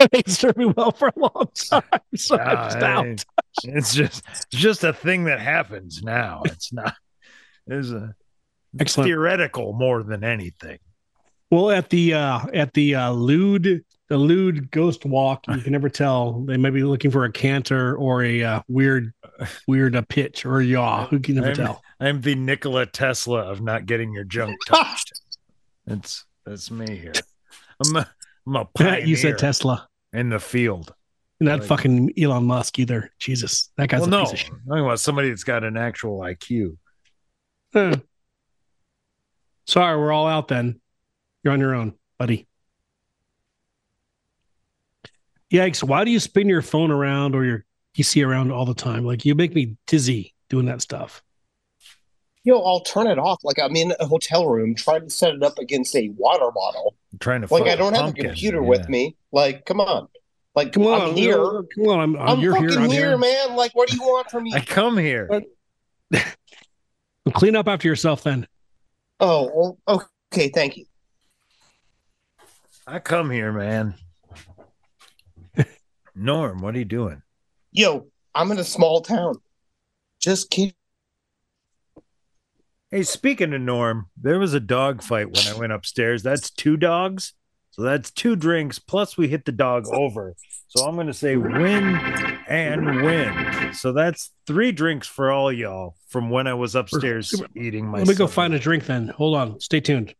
Speaker 4: they served me well for a long time. So
Speaker 1: Nah,
Speaker 4: I'm just out.
Speaker 1: Ah, it- It's just it's just a thing that happens now. It's not. It's a
Speaker 4: Excellent.
Speaker 1: theoretical more than anything.
Speaker 4: Well, at the uh at the uh lewd the lewd ghost walk, you can never tell. They may be looking for a canter or a uh, weird weird uh, pitch or a yaw. Who can never
Speaker 1: I'm-
Speaker 4: tell?
Speaker 1: I'm the Nikola Tesla of not getting your junk touched. that's that's me here. I'm a, I'm a pioneer
Speaker 4: you said Tesla.
Speaker 1: in the field.
Speaker 4: And not
Speaker 1: Like-
Speaker 4: fucking Elon Musk either. Jesus, that guy's
Speaker 1: well,
Speaker 4: a
Speaker 1: no,
Speaker 4: piece of shit.
Speaker 1: I'm talking about somebody that's got an actual IQ.
Speaker 4: Huh. Sorry, we're all out then. You're on your own, buddy. Yikes, why do you spin your phone around or your PC around all the time? Like you make me dizzy doing that stuff.
Speaker 6: you know, I'll turn it off. Like I'm in a hotel room trying to set it up against a water bottle.
Speaker 1: I'm trying to
Speaker 6: Like
Speaker 1: fuck
Speaker 6: I don't have
Speaker 1: pumpkin.
Speaker 6: a computer
Speaker 1: Yeah.
Speaker 6: with me. Like, come on. Like,
Speaker 4: Come on,
Speaker 6: I'm here.
Speaker 4: no, Come on, I'm,
Speaker 6: I'm
Speaker 4: you're
Speaker 6: fucking
Speaker 4: here.
Speaker 6: here,
Speaker 4: I'm here.
Speaker 6: man. Like, what do you want from me?
Speaker 1: I come here.
Speaker 4: What? Clean up after yourself then.
Speaker 6: oh, oh, okay. Thank you.
Speaker 1: I come here, man. Norm, what are you doing?
Speaker 6: Yo, I'm in a small town. Just kidding.
Speaker 1: Hey, speaking of Norm, there was a dog fight when I went upstairs. That's two dogs. So that's two drinks. Plus, we hit the dog over. So I'm going to say win and win. So that's three drinks for all y'all from when I was upstairs eating my.
Speaker 4: Let me go
Speaker 1: supper.
Speaker 4: find a drink then. Hold on. Stay tuned.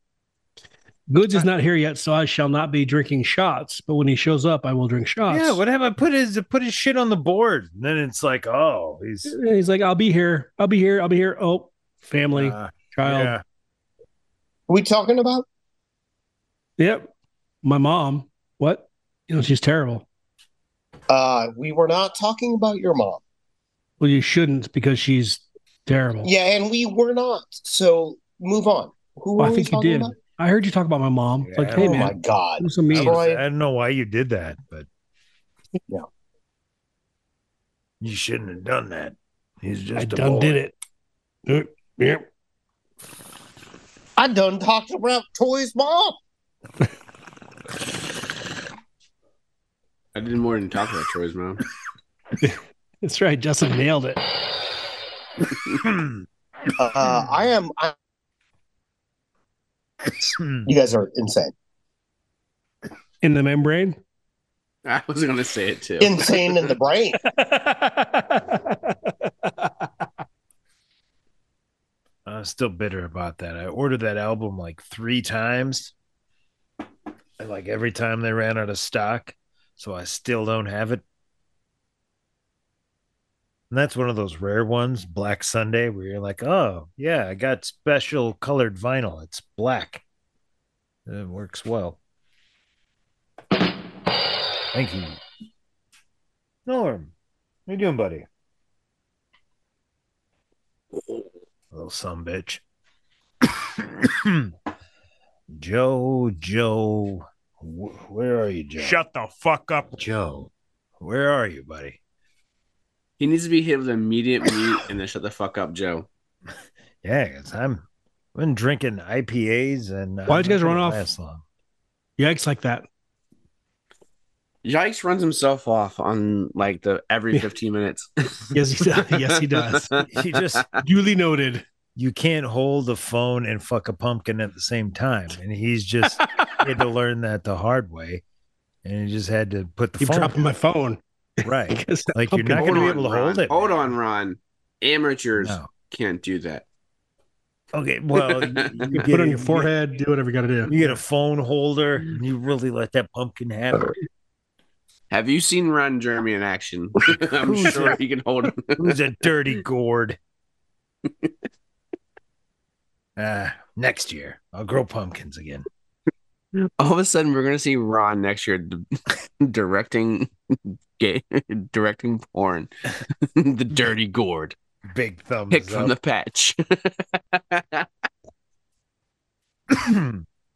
Speaker 4: Goods is not here yet, so I shall not be drinking shots. But when he shows up, I will drink shots.
Speaker 1: Yeah, what have I put his put his shit on the board? And then it's like, oh, he's
Speaker 4: And He's like, I'll be here. I'll be here. I'll be here. Oh, family,
Speaker 1: uh,
Speaker 4: child.
Speaker 1: yeah.
Speaker 6: Are we talking about?
Speaker 4: Yep. My mom. What? You know, she's terrible.
Speaker 6: Uh, we were not talking about your mom.
Speaker 4: Well, you shouldn't because she's terrible.
Speaker 6: Yeah, and we were not. So move on. Who
Speaker 4: Well,
Speaker 6: were
Speaker 4: I
Speaker 6: we
Speaker 4: think you
Speaker 6: talking
Speaker 4: did.
Speaker 6: about?
Speaker 4: I heard you talk about my mom. It's like, hey,
Speaker 6: oh my
Speaker 4: man,
Speaker 6: god.
Speaker 4: do some mean.
Speaker 6: Well,
Speaker 1: I don't know why you did that, but
Speaker 6: Yeah.
Speaker 1: you shouldn't have done that. He's just
Speaker 4: I
Speaker 1: a
Speaker 4: done
Speaker 1: boy.
Speaker 4: did it. Uh, Yep.
Speaker 6: I done talked about toys, mom.
Speaker 5: I did more than talk about Troy's mom.
Speaker 4: That's right. Justin nailed it.
Speaker 6: Uh, I am. I... you guys are insane.
Speaker 4: In the membrane.
Speaker 5: I was gonna say it too.
Speaker 6: Insane in the brain.
Speaker 1: I'm still bitter about that. I ordered that album like three times. And, Like every time they ran out of stock. So I still don't have it. And that's one of those rare ones, Black Sunday, where you're like, oh, yeah, I got special colored vinyl. It's black. And It works well. Thank you. Norm, how you doing, buddy? little some bitch. Joe, Joe, wh- where are you, Joe?
Speaker 2: Shut the fuck up.
Speaker 1: Joe, where are you, buddy?
Speaker 5: He needs to be hit with immediate mute and then shut the fuck up, Joe.
Speaker 1: Yeah, 'cause I'm. I've been drinking IPAs and uh,
Speaker 4: Why'd you guys
Speaker 1: it
Speaker 4: run
Speaker 1: didn't
Speaker 4: off?
Speaker 1: Last long.
Speaker 4: You acts like that.
Speaker 5: Yikes runs himself off on like the every
Speaker 4: Yeah.
Speaker 5: 15 minutes.
Speaker 4: Yes, he does. Yes, he does.
Speaker 1: You just
Speaker 4: Duly noted.
Speaker 1: you can't hold a phone and fuck a pumpkin at the same time, and he's just he had to learn that the hard way, and he just had to put the
Speaker 4: Keep
Speaker 1: phone
Speaker 4: dropping my phone.
Speaker 1: down. right.
Speaker 4: Because that
Speaker 1: Like, you're
Speaker 4: pumpkin-
Speaker 1: not
Speaker 5: Hold
Speaker 1: gonna be
Speaker 5: on,
Speaker 1: able to
Speaker 5: Ron.
Speaker 1: hold it,
Speaker 5: Hold
Speaker 1: man.
Speaker 5: on, Ron. Amateurs
Speaker 1: No.
Speaker 5: can't do that.
Speaker 1: Okay. Well, you, you
Speaker 5: Put
Speaker 1: get
Speaker 4: put it on
Speaker 1: a-
Speaker 4: your forehead. Do whatever you got to do.
Speaker 1: You get a phone holder, and you really let that pumpkin happen.
Speaker 5: Have you seen Ron Jeremy in action? I'm
Speaker 1: Who's
Speaker 5: sure he can hold him.
Speaker 1: Who's a dirty gourd? Uh, next year, I'll grow pumpkins again.
Speaker 5: All of a sudden, we're gonna see Ron next year d- directing gay, directing porn. the dirty gourd
Speaker 1: Big thumbs
Speaker 5: picked from the
Speaker 1: up.
Speaker 5: patch.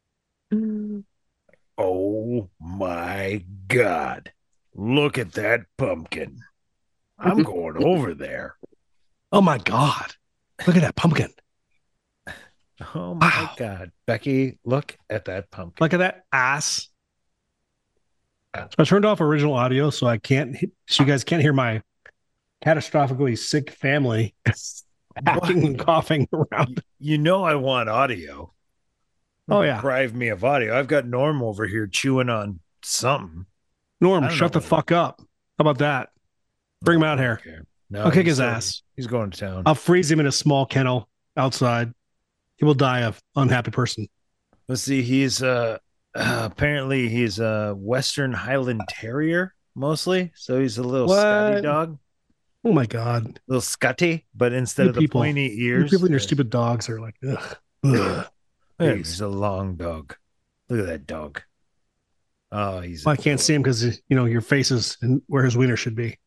Speaker 1: oh my god! Look at that pumpkin. I'm going over there.
Speaker 4: Oh my God. Look at that pumpkin.
Speaker 1: Oh my
Speaker 4: Wow.
Speaker 1: god, Becky! Look at that pumpkin.
Speaker 4: Look at that ass. So I turned off original audio so I can't, he- so you guys can't hear my catastrophically sick family hacking and coughing around.
Speaker 1: You know I want audio.
Speaker 4: Oh, yeah.
Speaker 1: deprive me of audio. I've got Norm over here chewing on something. I
Speaker 4: Norm,
Speaker 1: don't
Speaker 4: shut
Speaker 1: know
Speaker 4: the fuck up. How about that? Bring him out here.
Speaker 1: Okay. No,
Speaker 4: I'll
Speaker 1: Oh,
Speaker 4: kick
Speaker 1: he's
Speaker 4: his
Speaker 1: still-
Speaker 4: ass.
Speaker 1: He's going to town.
Speaker 4: I'll freeze him in a small kennel outside. He will die of unhappy person.
Speaker 1: Let's see. He's uh, uh apparently he's a Western Highland Terrier mostly. So he's a little Scotty
Speaker 4: What?
Speaker 1: dog,
Speaker 4: Oh my God.
Speaker 1: little Scotty, but instead
Speaker 4: You
Speaker 1: of the
Speaker 4: people.
Speaker 1: pointy
Speaker 4: You
Speaker 1: ears,
Speaker 4: people and your
Speaker 1: uh,
Speaker 4: stupid dogs are like, ugh. ugh.
Speaker 1: yeah, he's a long dog. Look at that dog. Oh, he's.
Speaker 4: Well, I can't see him because, you know, your face is in- where his wiener should be.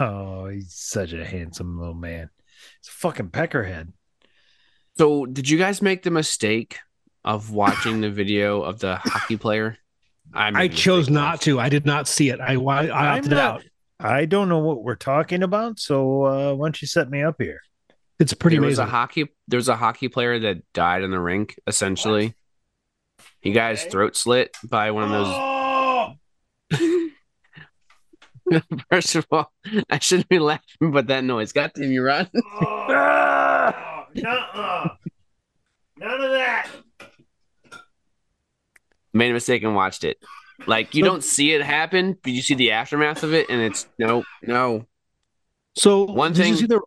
Speaker 1: Oh, he's such a handsome little man. He's a fucking peckerhead.
Speaker 5: so, did you guys make the mistake of watching the video of the hockey player? made
Speaker 4: I
Speaker 5: the
Speaker 4: chose
Speaker 5: mistake
Speaker 4: not
Speaker 5: once.
Speaker 4: to. I did not see it. I I, I
Speaker 1: I'm
Speaker 4: opted
Speaker 1: not-
Speaker 4: out.
Speaker 1: I don't know what we're talking about, so uh, why don't you set me up here?
Speaker 4: It's pretty
Speaker 5: there
Speaker 4: amazing.
Speaker 5: was a hockey there was a hockey player that died in the rink essentially he got his throat slit by one of those first of all i shouldn't be laughing but that noise got to you ron
Speaker 1: Oh, None of that.
Speaker 5: made a mistake and watched it like you don't see it happen but you see the aftermath of it and it's no no
Speaker 4: so
Speaker 5: one
Speaker 4: did
Speaker 5: thing-
Speaker 4: you see the,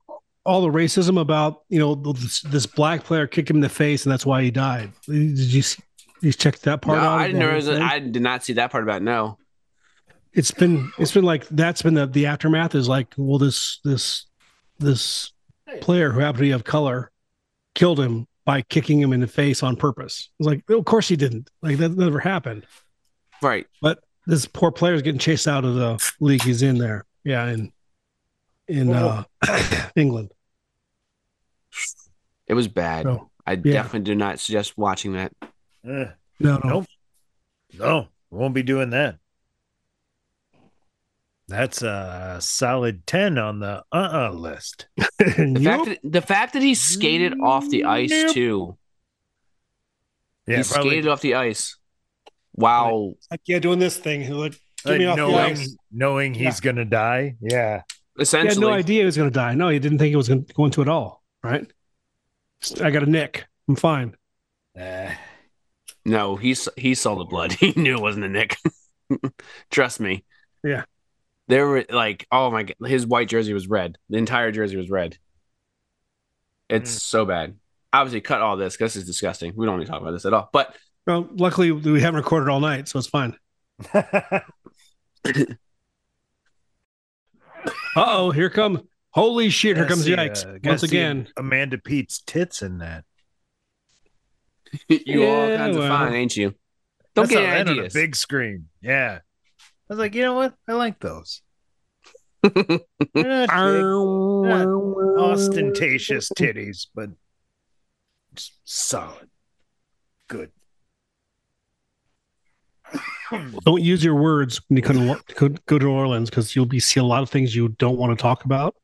Speaker 4: all the racism about you know this, this black player kicked him in the face and that's why he died. Did you see, You checked that part
Speaker 5: no,
Speaker 4: out.
Speaker 5: I
Speaker 4: of
Speaker 5: didn't
Speaker 4: that
Speaker 5: know. it was-
Speaker 4: thing?
Speaker 5: I did not see that part about it, no.
Speaker 4: it's been it's been like that's been the the aftermath is like well this this this player who happened to be of color killed him by kicking him in the face on purpose. It's like of course he didn't. Like that never happened.
Speaker 5: Right.
Speaker 4: This poor player is getting chased out of the league he's in there. Yeah, in in uh, England.
Speaker 5: It was bad.
Speaker 4: So,
Speaker 5: I definitely do not suggest watching that.
Speaker 1: Eh,
Speaker 4: no, no.
Speaker 1: Nope. no, won't be doing that. That's a solid 10 on the uh uh list.
Speaker 5: The
Speaker 4: Nope.
Speaker 5: fact that the fact that he skated off the ice
Speaker 1: Nope.
Speaker 5: too.
Speaker 1: Yeah,
Speaker 5: he
Speaker 1: probably.
Speaker 5: skated off the ice. Wow.
Speaker 4: like yeah, doing this thing. He's Like, get
Speaker 1: Like,
Speaker 4: me off the
Speaker 1: uh, knowing,
Speaker 4: ice.
Speaker 1: knowing he's going to die. Yeah.
Speaker 4: He had
Speaker 5: Essentially.
Speaker 4: no idea he was going to die. No, he didn't think it was gonna- going to at all. Right? I got a nick. I'm fine.
Speaker 1: Eh,
Speaker 5: No, he s- he saw the blood. He knew it wasn't a nick. Trust me.
Speaker 4: Yeah.
Speaker 5: There were like, oh my god, his white jersey was red. The entire jersey was red. It's
Speaker 1: Mm.
Speaker 5: so bad. Obviously, cut all this. 'cause This is disgusting. We don't need to talk about this at all. But
Speaker 4: Well, luckily we haven't recorded all night, so it's fine. Uh oh, here come holy shit, here
Speaker 1: gotta
Speaker 4: comes
Speaker 1: see,
Speaker 4: yikes.
Speaker 1: uh, gotta
Speaker 4: Once
Speaker 1: see
Speaker 4: again.
Speaker 1: Amanda Pete's tits in that.
Speaker 5: you all
Speaker 4: Yeah,
Speaker 5: kinds
Speaker 4: well.
Speaker 5: of fine, ain't you? Don't
Speaker 1: That's
Speaker 5: get
Speaker 1: all right
Speaker 5: any
Speaker 1: on a
Speaker 5: ideas.
Speaker 1: big screen. Yeah. I was like, you know what? I like those. They're not big, not ostentatious titties, but just solid. Good.
Speaker 4: Don't use your words when you go to, go, go to New Orleans because you'll be see a lot of things you don't want to talk about.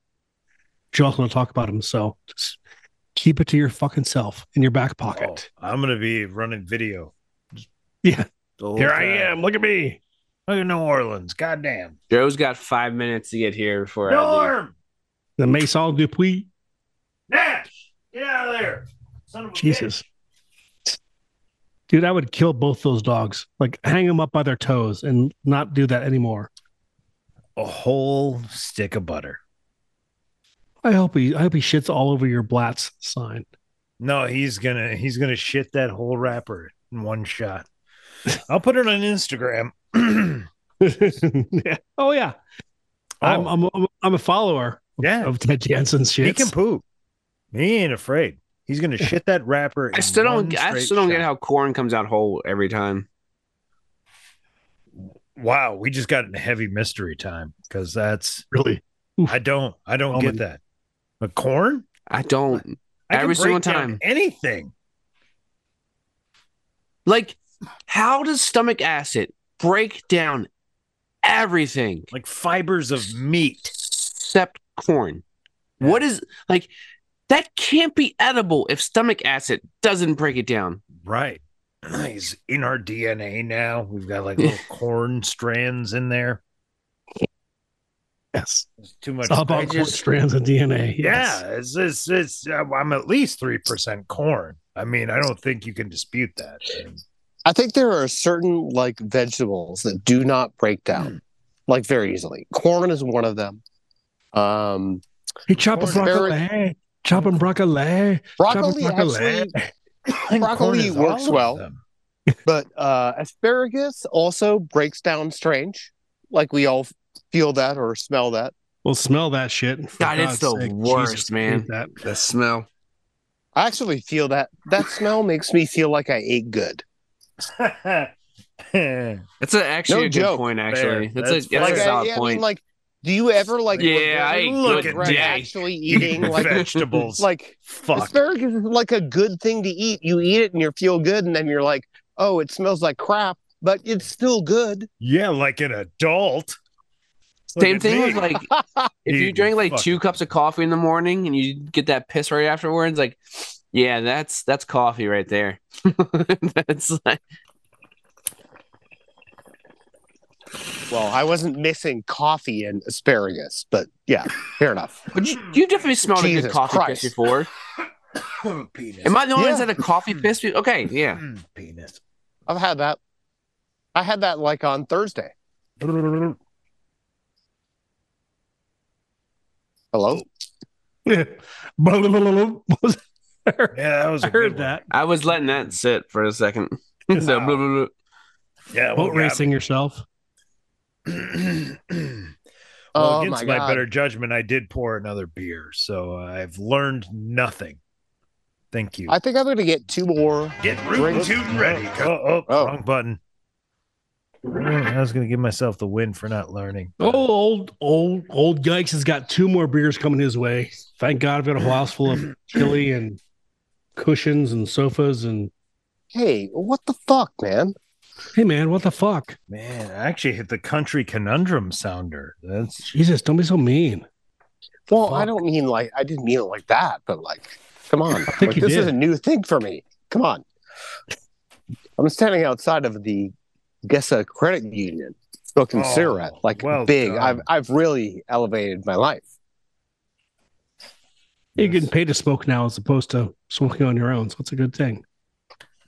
Speaker 4: But you're also going to talk about them, so just keep it to your fucking self in your back pocket.
Speaker 1: Oh, I'm gonna be running video.
Speaker 4: Yeah.
Speaker 1: The whole
Speaker 4: Here I
Speaker 1: time.
Speaker 4: am. Look at me.
Speaker 1: Look at New Orleans. Goddamn.
Speaker 5: Joe's got five minutes to get here before I leave.
Speaker 1: Norm!
Speaker 4: The Maison Dupuis.
Speaker 1: Nash! Get out of there. Son of a
Speaker 4: Jesus. Dude, I would kill both those dogs. Like hang them up by their toes and not do that anymore.
Speaker 1: bitch. A whole stick of butter.
Speaker 4: I hope he I hope he shits all over your Blatz sign.
Speaker 1: No, he's gonna he's gonna shit that whole wrapper in one shot. I'll put it on Instagram.
Speaker 4: yeah. Oh yeah. I'm,
Speaker 1: Oh.
Speaker 4: I'm I'm I'm a follower
Speaker 1: yeah,
Speaker 4: of Ted Jensen's
Speaker 1: he
Speaker 4: shit.
Speaker 1: can poop. He ain't afraid. He's gonna shit that wrapper.
Speaker 5: I
Speaker 1: in
Speaker 5: still
Speaker 1: one
Speaker 5: don't. I
Speaker 1: straight
Speaker 5: still don't
Speaker 1: shot.
Speaker 5: get how corn comes out whole every time.
Speaker 1: Wow, we just got into heavy mystery time because that's
Speaker 4: really.
Speaker 1: I don't I don't
Speaker 4: Oh,
Speaker 1: get
Speaker 4: my-
Speaker 1: that. But corn,
Speaker 5: I don't.
Speaker 1: I
Speaker 5: Every
Speaker 1: can
Speaker 5: single
Speaker 1: break down
Speaker 5: time.
Speaker 1: anything.
Speaker 5: Like, how does stomach acid break down everything
Speaker 1: like fibers of meat.
Speaker 5: except corn? What is like that can't be edible if stomach acid doesn't break it down.
Speaker 1: Right. He's in our DNA now. We've got like little corn strands in there.
Speaker 4: Yes.
Speaker 1: It's too much.
Speaker 4: It's all
Speaker 1: I
Speaker 4: about corn
Speaker 1: just-
Speaker 4: strands of DNA. Yes.
Speaker 1: Yeah, it's it's, it's uh, I'm at least three percent corn. I mean, I don't think you can dispute that.
Speaker 6: I think there are certain like vegetables that do not break down like very easily. Corn is one of them. Um,
Speaker 4: Hey, chop a
Speaker 1: Corn-
Speaker 4: broccoli. Chop and broccoli.
Speaker 6: broccoli,
Speaker 4: Chop and
Speaker 6: actually,
Speaker 1: I think
Speaker 6: Broccoli
Speaker 1: corn is
Speaker 6: works
Speaker 1: all of
Speaker 6: well.
Speaker 1: them.
Speaker 6: but uh, asparagus also breaks down strange. Like we all feel that or smell that.
Speaker 4: Well, smell that shit. For
Speaker 5: God, it's the worst, man.
Speaker 4: hate That.
Speaker 5: The smell.
Speaker 6: I actually feel that that smell makes me feel like I ate good.
Speaker 5: That's a, actually
Speaker 6: No
Speaker 5: a
Speaker 6: joke.
Speaker 5: good point. Actually,
Speaker 1: Fair.
Speaker 5: that's,
Speaker 1: That's
Speaker 5: a that's
Speaker 6: Like,
Speaker 5: a
Speaker 1: fair.
Speaker 5: solid
Speaker 6: I, I mean,
Speaker 5: point.
Speaker 6: like, do you ever like
Speaker 5: Yeah,
Speaker 6: regret-
Speaker 5: I ate
Speaker 1: Look at
Speaker 5: good
Speaker 6: regret
Speaker 1: day.
Speaker 5: day.
Speaker 6: actually
Speaker 1: Eating
Speaker 6: eating like
Speaker 1: vegetables, like
Speaker 6: like
Speaker 1: fuck.
Speaker 6: asparagus is like a good thing to eat. You eat it and you feel good, and then you're like, oh, it smells like crap, but it's still good.
Speaker 1: Yeah, like an adult. Look
Speaker 5: Same
Speaker 1: at
Speaker 5: thing
Speaker 1: me.
Speaker 5: with like if you
Speaker 1: Dude,
Speaker 5: drink like
Speaker 1: fuck.
Speaker 5: two cups of coffee in the morning and you get that piss right afterwards, like yeah, that's that's coffee right there. that's like
Speaker 6: Well, I wasn't missing coffee and asparagus, but yeah, fair enough.
Speaker 5: But you, you definitely smelled a
Speaker 6: Jesus
Speaker 5: good coffee
Speaker 6: Christ.
Speaker 5: piss before.
Speaker 1: penis.
Speaker 5: Am I the only one
Speaker 6: Yeah.
Speaker 5: that had a coffee piss? be- Okay, yeah.
Speaker 1: Mm, penis.
Speaker 6: I've had that. I had that like on Thursday. Hello?
Speaker 4: Yeah. What was that?
Speaker 1: Yeah, that was. a
Speaker 4: I
Speaker 1: good
Speaker 4: heard
Speaker 1: one.
Speaker 4: that.
Speaker 5: I was letting that sit for a second. the blah, blah, blah.
Speaker 1: Oh, Yeah, well,
Speaker 4: Boat racing yourself.
Speaker 1: Well,
Speaker 6: oh
Speaker 1: against
Speaker 6: my
Speaker 1: my,
Speaker 6: god!
Speaker 1: better judgment, I did pour another beer, so I've learned nothing. Thank you.
Speaker 6: I think I'm going to get two more.
Speaker 1: Get room
Speaker 6: Drink-
Speaker 1: tune ready. Oh, oh,
Speaker 6: Oh.
Speaker 1: wrong button. I was going to give myself the win for not learning.
Speaker 4: Oh, old old old Yikes has got two more beers coming his way. Thank God I've got a whole house full of chili and cushions and sofas and
Speaker 6: Hey, what the fuck, man?
Speaker 4: hey man, what the fuck?
Speaker 1: Man, I actually hit the country conundrum sounder. That's
Speaker 4: Jesus, don't be so mean.
Speaker 6: Well, I don't mean like I didn't mean it like that, but like, come on,
Speaker 4: think
Speaker 6: Like,
Speaker 4: you
Speaker 6: this is
Speaker 4: did.
Speaker 6: a new thing for me. Come on, I'm standing outside of the Gessa Credit Union, smoking
Speaker 1: Oh,
Speaker 6: cigarette like
Speaker 1: well
Speaker 6: big.
Speaker 1: done.
Speaker 6: I've I've really elevated my life.
Speaker 4: You're getting paid to smoke now as opposed to smoking on your own, so it's a good thing.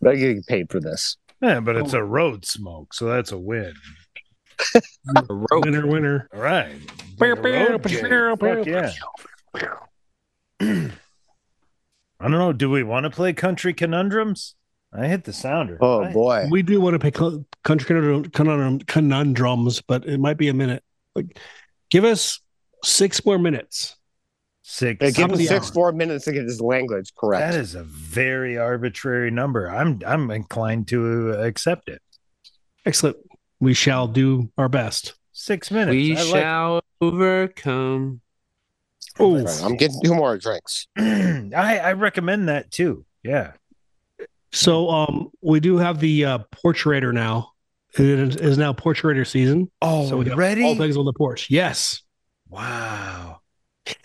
Speaker 6: But I'm getting paid for this.
Speaker 1: yeah, but
Speaker 6: Oh.
Speaker 1: it's a road smoke, so that's a win.
Speaker 5: A
Speaker 6: Oh.
Speaker 5: rope.
Speaker 4: Winner, winner.
Speaker 1: All right. The
Speaker 4: Beow,
Speaker 1: road
Speaker 4: beow,
Speaker 1: game.
Speaker 4: beow,
Speaker 1: Fuck
Speaker 4: beow.
Speaker 1: yeah. I don't know. Do we want to play country conundrums? I hit the sounder.
Speaker 6: Oh
Speaker 1: I-
Speaker 6: boy,
Speaker 4: We do want to pick cl- country conundrum, conundrum, conundrums, but it might be a minute. Like, give us six more minutes.
Speaker 1: Six.
Speaker 6: Hey, give
Speaker 4: Top
Speaker 6: him
Speaker 4: of the
Speaker 6: six
Speaker 4: hour.
Speaker 6: more minutes to get his language correct.
Speaker 1: That is a very arbitrary number. I'm I'm inclined to accept it.
Speaker 4: Excellent. We shall do our best.
Speaker 1: Six minutes.
Speaker 5: We
Speaker 1: I like
Speaker 5: shall overcome.
Speaker 4: Oh,
Speaker 6: Right, I'm getting two more drinks.
Speaker 1: I, I recommend that too. Yeah.
Speaker 4: so um, we do have the uh, portraiter now. It is, it is now portraiter season.
Speaker 1: Oh,
Speaker 4: So we got
Speaker 1: ready?
Speaker 4: All things on the porch. Yes,
Speaker 1: wow.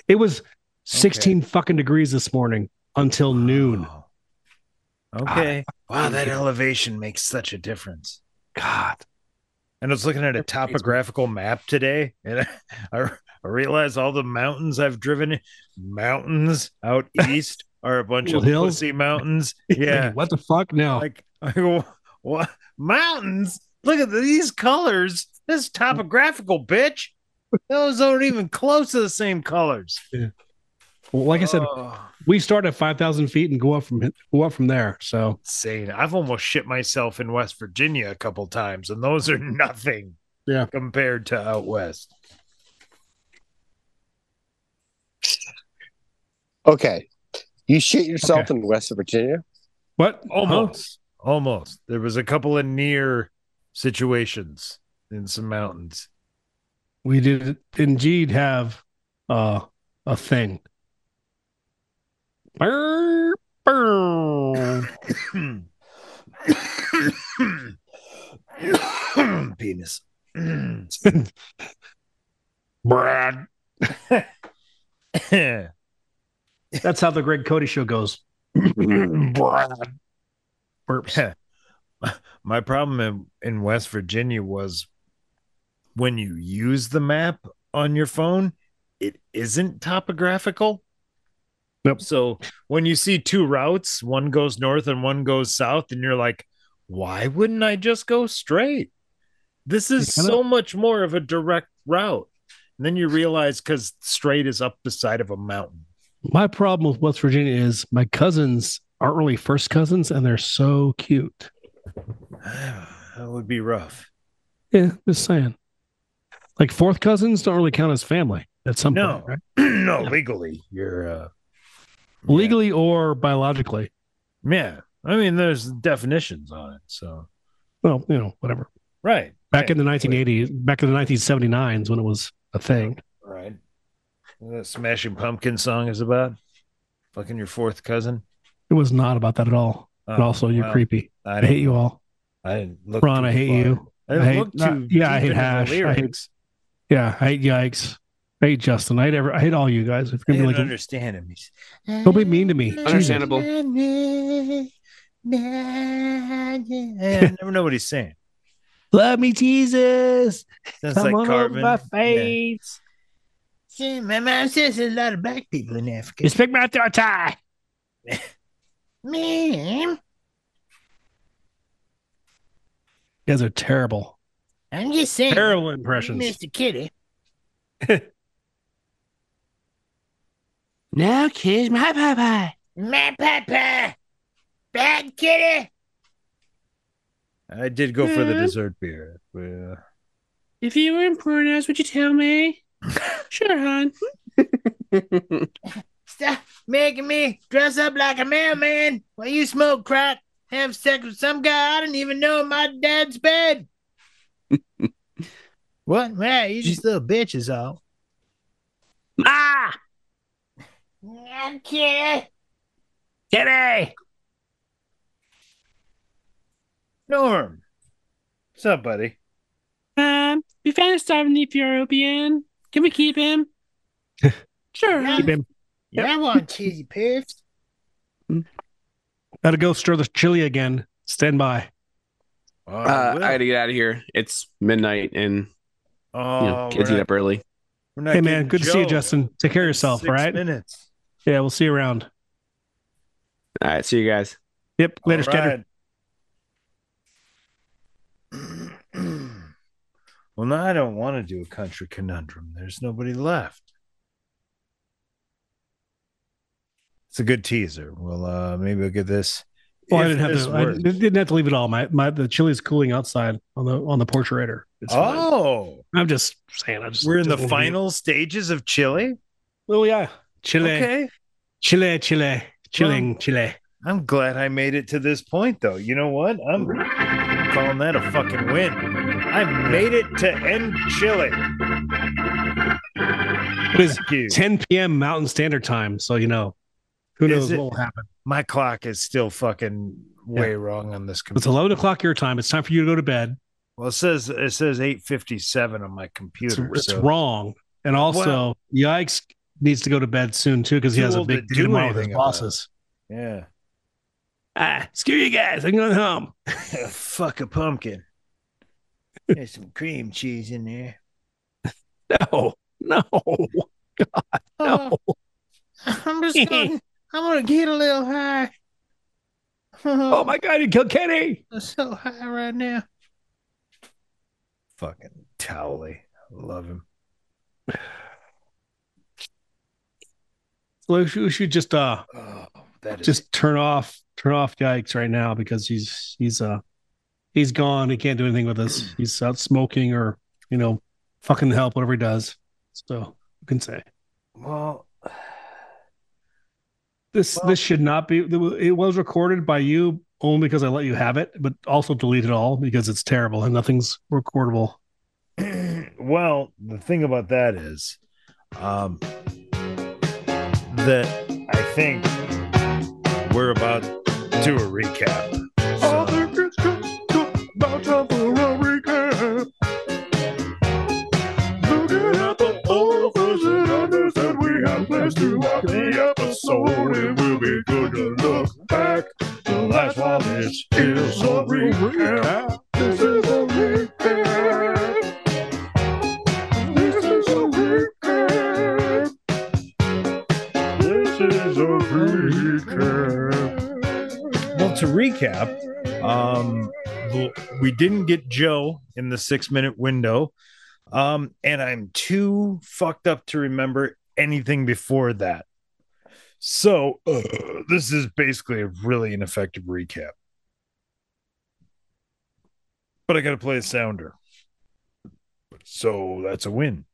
Speaker 4: it was sixteen fucking degrees this morning until noon.
Speaker 1: Wow. Okay. wow, that elevation makes such a difference.
Speaker 4: God,
Speaker 1: And I was looking at a topographical map today, and I, I realized all the mountains I've driven, in- mountains out east, are a bunch of
Speaker 4: Hills?
Speaker 1: pussy mountains. Yeah,
Speaker 4: what the fuck? No,
Speaker 1: like I go, what mountains? Look at these colors. This is topographical, bitch. Those aren't even close to the same colors.
Speaker 4: well, like I said,
Speaker 1: Oh,
Speaker 4: we start at five thousand feet and go up from go up from there. So
Speaker 1: insane. I've almost shit myself in West Virginia a couple times, and those are nothing.
Speaker 4: Yeah.
Speaker 1: compared to out west.
Speaker 6: Okay, you shit yourself in West Virginia.
Speaker 4: what?
Speaker 1: Almost. Almost. There was a couple of near situations in some mountains.
Speaker 4: we did indeed have uh, a thing. Burr, burr.
Speaker 1: Penis.
Speaker 4: Brad.
Speaker 1: Brad.
Speaker 4: That's how the Greg Cody show goes. Burps.
Speaker 1: My problem in, in West Virginia was when you use the map on your phone, it isn't topographical.
Speaker 4: Yep.
Speaker 1: So when you see two routes, one goes north and one goes south, and you're like, why wouldn't I just go straight? This is
Speaker 4: kinda-
Speaker 1: so much more of a direct route. And then you realize because straight is up the side of a mountain.
Speaker 4: My problem with West Virginia is my cousins aren't really first cousins and they're so cute.
Speaker 1: that would be rough.
Speaker 4: Yeah, just saying. Like fourth cousins don't really count as family at some
Speaker 1: No.
Speaker 4: point, right?
Speaker 1: no, legally, you're uh, yeah.
Speaker 4: Legally or biologically.
Speaker 1: Yeah. I mean, there's definitions on it. So,
Speaker 4: Well, you know, whatever.
Speaker 1: right.
Speaker 4: Back in the 1980s, back in the 1979s when it was a thing.
Speaker 1: Right. What that Smashing Pumpkin song is about fucking your fourth cousin.
Speaker 4: It was not about that at all. But
Speaker 1: Oh,
Speaker 4: also, you're
Speaker 1: well,
Speaker 4: creepy.
Speaker 1: I
Speaker 4: I hate
Speaker 1: didn't,
Speaker 4: you all.
Speaker 1: I didn't look.
Speaker 4: Ron,
Speaker 1: too
Speaker 4: I hate
Speaker 1: far.
Speaker 4: you.
Speaker 1: I didn't
Speaker 4: I hate-
Speaker 1: look
Speaker 4: not-
Speaker 1: too.
Speaker 4: yeah,
Speaker 1: deep
Speaker 4: I hate
Speaker 1: into the
Speaker 4: hash. I hate-
Speaker 1: lyrics.
Speaker 4: Yeah, I hate yikes. I hate Justin. I hate ever I hate all you guys. If
Speaker 1: I
Speaker 4: you're gonna
Speaker 1: didn't
Speaker 4: be like,
Speaker 1: understand him. He's-
Speaker 4: don't be mean to me. Jesus.
Speaker 5: Understandable.
Speaker 1: Yeah, I never know what he's saying.
Speaker 4: Love me, Jesus.
Speaker 1: Sounds
Speaker 4: Come
Speaker 1: like
Speaker 4: on over
Speaker 1: Carvin.
Speaker 4: my
Speaker 1: Yeah.
Speaker 4: face.
Speaker 1: See, my mom says there's a lot of black people in Africa.
Speaker 4: Respect my authority.
Speaker 1: Man,
Speaker 4: You guys are terrible.
Speaker 1: I'm just saying.
Speaker 4: Terrible impressions.
Speaker 1: Kitty.
Speaker 5: Now kiss my papa.
Speaker 1: My papa. Bad kitty. I did go for the dessert beer. Yeah.
Speaker 5: If you were important, us, would you tell me? sure, hon.
Speaker 9: Stop making me dress up like a mailman while you smoke crack, have sex with some guy I didn't even know in my dad's bed. what? Man, you just little bitches, all.
Speaker 5: ah,
Speaker 9: I'm kidding.
Speaker 5: Kitty.
Speaker 1: Norm. What's up, buddy?
Speaker 5: Um, we found a starving Ethiopian. Can we keep him? sure, hon.
Speaker 4: Keep him.
Speaker 9: Yeah, I want cheesy puffs.
Speaker 4: Gotta go stir the chili again. Stand by.
Speaker 1: Oh,
Speaker 5: Uh,
Speaker 1: Will.
Speaker 5: I gotta get out of here. It's midnight, and
Speaker 1: oh
Speaker 5: you know,
Speaker 1: we're
Speaker 5: kids
Speaker 1: not,
Speaker 5: get up early.
Speaker 1: we're not
Speaker 4: hey man,
Speaker 1: getting
Speaker 4: good to see you,
Speaker 1: Joe.
Speaker 4: Justin. Take care of yourself,
Speaker 1: Six
Speaker 4: all right?
Speaker 1: Minutes.
Speaker 4: Yeah, we'll see you around.
Speaker 5: All right, see you guys.
Speaker 4: Yep. Later,
Speaker 1: All
Speaker 4: Scatter.
Speaker 1: right. well, now I don't want to do a country conundrum. There's nobody left. It's a good teaser. Well, uh, maybe we'll get this.
Speaker 4: Well, Oh, I
Speaker 1: if
Speaker 4: didn't have
Speaker 1: this
Speaker 4: to. I
Speaker 1: works.
Speaker 4: didn't have to leave it all. My my the chili's cooling outside on the on the portrator. It's fine.
Speaker 1: oh,
Speaker 4: I'm just saying. I just
Speaker 1: we're in the
Speaker 4: just wanted to-
Speaker 1: final stages of Chile.
Speaker 4: Oh yeah, Chile,
Speaker 1: Okay.
Speaker 4: Chile, Chile, chilling, Chile.
Speaker 1: I'm glad I made it to this point, though. You know what? I'm calling that a fucking win. I made it to end Chile.
Speaker 4: It is
Speaker 1: Thank you.
Speaker 4: 10 p.m. Mountain Standard Time, so you know who
Speaker 1: Is
Speaker 4: knows
Speaker 1: it-
Speaker 4: what will happen.
Speaker 1: My clock is still fucking way wrong on this
Speaker 4: It's
Speaker 1: computer.
Speaker 4: 11 o'clock your time. It's time for you to go to bed.
Speaker 1: Well, it says it says eight fifty seven on my
Speaker 4: It's,
Speaker 1: computer.
Speaker 4: it's
Speaker 1: so
Speaker 4: wrong, and also
Speaker 1: Well-
Speaker 4: Yikes needs to go to bed soon too because he
Speaker 1: Too
Speaker 4: has a
Speaker 1: old to
Speaker 4: big
Speaker 1: do
Speaker 4: deal tomorrow with his
Speaker 1: anything about
Speaker 4: bosses.
Speaker 1: yeah,
Speaker 4: Ah, screw you guys. I'm going home.
Speaker 1: fuck a pumpkin.
Speaker 9: There's some cream cheese in there.
Speaker 4: No, no, no.
Speaker 9: I'm just going. I'm gonna get a little high.
Speaker 4: Oh my God, you killed Kenny.
Speaker 9: I'm so high right now.
Speaker 1: Fucking Towley, I love him.
Speaker 4: So we should- we should just uh
Speaker 1: Oh, that is
Speaker 4: just turn off turn off yikes right now because he's he's uh he's gone he can't do anything with us he's out smoking or you know fucking help whatever he does so you can say
Speaker 1: well.
Speaker 4: this
Speaker 1: Well-
Speaker 4: this should not be it was recorded by you only because i let you have it but also delete it all because it's terrible and nothing's recordable
Speaker 1: well, the thing about that is, um, that I think we're about to do a recap. So- Looking at the overs and unders that we have plans throughout the episode, it will be good to look back. The last while this is a recap. This is a recap. This is a recap. This is a recap. Well, to recap, um, well, we didn't get Joe in the six minute window. Um, and I'm too fucked up to remember anything before that. So uh, this is basically a really ineffective recap. But I got to play a sounder. So that's a win.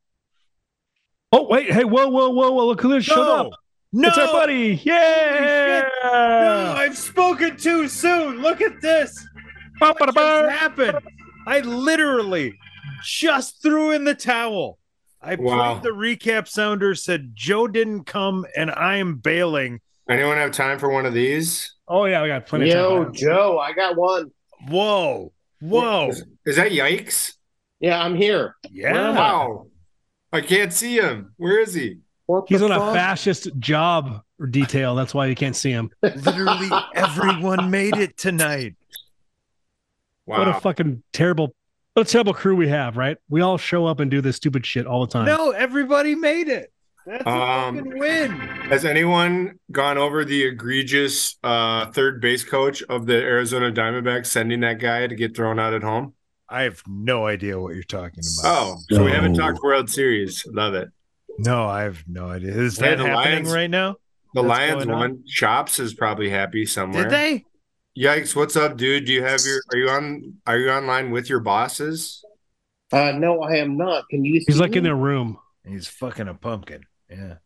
Speaker 4: oh wait hey whoa whoa whoa whoa look who this shut up
Speaker 1: No,
Speaker 4: it's our buddy yeah
Speaker 1: no, I've spoken too soon. Look at this. What just happened? I literally just threw in the towel. I
Speaker 10: Wow.
Speaker 1: played the recap sounder, said Joe didn't come, and I am bailing.
Speaker 10: Anyone have time for one of these?
Speaker 4: oh yeah we got plenty of
Speaker 6: Yo,
Speaker 4: time
Speaker 6: Joe, I got one.
Speaker 1: Whoa, whoa,
Speaker 10: Is, is that yikes?
Speaker 6: Yeah, I'm here.
Speaker 1: yeah.
Speaker 10: Wow. I can't see him. Where is he?
Speaker 6: What
Speaker 4: he's
Speaker 6: the
Speaker 4: on a
Speaker 6: fuck?
Speaker 4: fascist job detail that's why you can't see him
Speaker 1: Literally everyone made it tonight.
Speaker 10: Wow.
Speaker 4: What a fucking terrible, what a terrible crew we have, right? We all show up and do this stupid shit all the time.
Speaker 1: No, everybody made it. That's a
Speaker 10: um,
Speaker 1: fucking win.
Speaker 10: has anyone gone over the egregious uh, third base coach of the Arizona Diamondbacks sending that guy to get thrown out at home?
Speaker 1: I have no idea what you're talking about.
Speaker 10: Oh, so we haven't
Speaker 5: No.
Speaker 10: talked World Series. Love it.
Speaker 1: no, I have no idea. Is
Speaker 10: Hey,
Speaker 1: that
Speaker 10: the
Speaker 1: happening
Speaker 10: Lions-
Speaker 1: right now?
Speaker 10: The
Speaker 1: That's
Speaker 10: Lions
Speaker 1: going on.
Speaker 10: won. Chops is probably happy somewhere.
Speaker 1: Did they?
Speaker 10: Yikes! What's up, dude? Do you have your? Are you on? Are you online with your bosses?
Speaker 6: Uh, no, I am not. Can you?
Speaker 4: He's
Speaker 6: see
Speaker 4: like in
Speaker 6: me?
Speaker 4: their room.
Speaker 1: He's fucking a pumpkin. Yeah.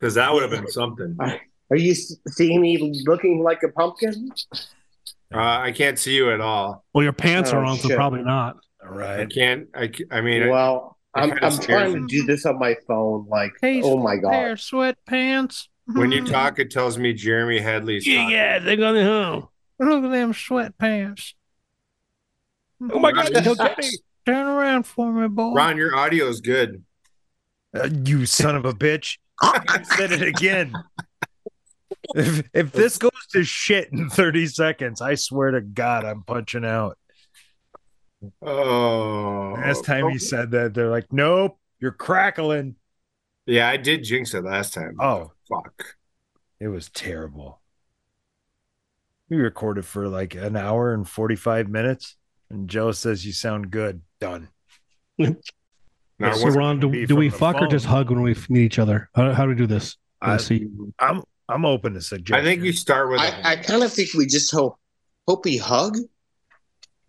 Speaker 10: Because that would have been something. Uh,
Speaker 6: Are you s- seeing me looking like a pumpkin?
Speaker 10: Uh, I can't see you at all.
Speaker 4: Well, your pants
Speaker 6: Oh,
Speaker 4: are on, so
Speaker 6: shit.
Speaker 4: probably not.
Speaker 1: All
Speaker 10: I
Speaker 1: right.
Speaker 10: can't. I. c- I mean,
Speaker 6: well,
Speaker 10: it
Speaker 6: I'm,
Speaker 10: kinda
Speaker 6: I'm
Speaker 10: scares
Speaker 6: trying
Speaker 10: me.
Speaker 6: to do this on my phone. Like,
Speaker 7: Hey,
Speaker 6: oh my god.
Speaker 7: Pair of sweatpants.
Speaker 10: when you talk, it tells me Jeremy Headley's. talking.
Speaker 4: they're going home.
Speaker 7: Look at them sweatpants.
Speaker 4: Oh my god,
Speaker 10: Ron,
Speaker 4: he'll get me.
Speaker 7: Turn around for me, boy.
Speaker 10: Ron, your audio is good.
Speaker 1: Uh, you son of a bitch. You said it again. If, if this goes to shit in 30 seconds, I swear to God, I'm punching out.
Speaker 10: Oh,
Speaker 1: Last time he said that, they're like, nope, you're crackling.
Speaker 10: Yeah, I did jinx it last time.
Speaker 1: Oh,
Speaker 10: Fuck.
Speaker 1: it was terrible. We recorded for like an hour and 45 minutes, and Joe says, You sound good. Done.
Speaker 10: Now,
Speaker 1: Yes,
Speaker 4: So,
Speaker 10: what-
Speaker 4: Ron, do,
Speaker 1: be
Speaker 4: do we
Speaker 1: from the
Speaker 4: fuck or
Speaker 1: phone.
Speaker 4: just hug when we meet each other? How, how do we do this? Do we
Speaker 1: I-
Speaker 4: see
Speaker 1: I'm I'm open to suggestions.
Speaker 10: I think you start with. a-
Speaker 6: I, I kind of think we just hope hope he hug.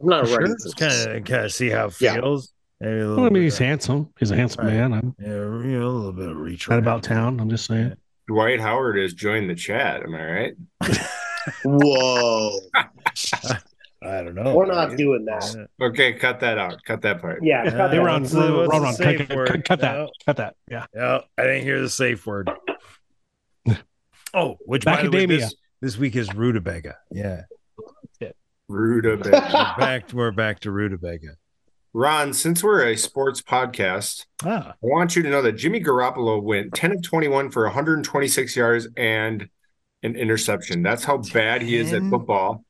Speaker 6: I'm not
Speaker 1: sure.
Speaker 6: ready. for
Speaker 1: Just
Speaker 6: this.
Speaker 1: kind of kind of see how it
Speaker 6: Yeah.
Speaker 1: feels. Maybe a
Speaker 4: Well,
Speaker 1: little
Speaker 4: I mean,
Speaker 1: bit
Speaker 4: he's
Speaker 1: of-
Speaker 4: handsome. He's a handsome
Speaker 1: Right.
Speaker 4: man. I'm
Speaker 1: Yeah, you know, a little bit of reach.
Speaker 4: not
Speaker 1: around.
Speaker 4: about town. I'm just saying.
Speaker 10: Dwight Howard has joined the chat. Am I right?
Speaker 6: Whoa,
Speaker 1: I don't know.
Speaker 6: we're not doing that.
Speaker 1: Yeah.
Speaker 10: Okay, cut that out. Cut that part.
Speaker 6: Yeah,
Speaker 1: Yeah.
Speaker 4: Hey, Ron,
Speaker 1: What's the-
Speaker 4: Ron,
Speaker 1: what's
Speaker 4: Ron,
Speaker 1: the
Speaker 4: Ron, cut,
Speaker 1: safe
Speaker 4: cut-
Speaker 1: word?
Speaker 4: cut- cut that.
Speaker 1: No.
Speaker 4: Cut that. Yeah.
Speaker 1: Yeah, I didn't hear the safe word. Oh, which by the way,
Speaker 4: Macadamia.
Speaker 1: this, this week is rutabaga. Yeah,
Speaker 10: Rude a bit.
Speaker 1: we're back. We're back to rutabaga.
Speaker 10: Ron, since we're a sports podcast,
Speaker 1: Ah,
Speaker 10: I want you to know that Jimmy Garoppolo went 10 of 21 for 126 yards and an interception. That's how bad he is at
Speaker 1: 10?
Speaker 10: football.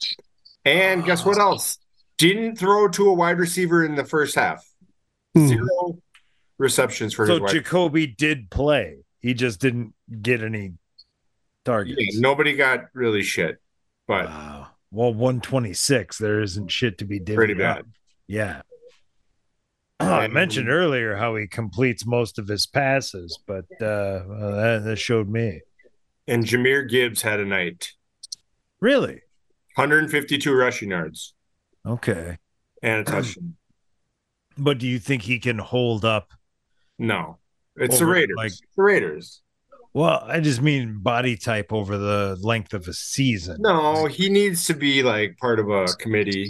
Speaker 10: And guess what else? Didn't throw to a wide receiver in the first half.
Speaker 4: Hmm.
Speaker 10: Zero receptions for his
Speaker 1: so
Speaker 10: wide
Speaker 1: Jacoby did play. He just didn't get any targets.
Speaker 10: Yeah, nobody got really shit, but
Speaker 1: Wow. Well, one twenty six. There isn't shit to be divvied
Speaker 10: pretty
Speaker 1: up.
Speaker 10: bad.
Speaker 1: Yeah. I
Speaker 10: And-
Speaker 1: mentioned earlier how he completes most of his passes, but uh, well, that, that showed me.
Speaker 10: And Jameer Gibbs had a night.
Speaker 1: Really?
Speaker 10: 152 rushing yards
Speaker 1: Okay.
Speaker 10: and a touchdown.
Speaker 1: But do you think he can hold up?
Speaker 10: No. It's the
Speaker 1: Over,
Speaker 10: Raiders.
Speaker 1: like-
Speaker 10: It's the Raiders.
Speaker 1: Well, I just mean body type over the length of a season.
Speaker 10: No, he needs to be like part of a committee.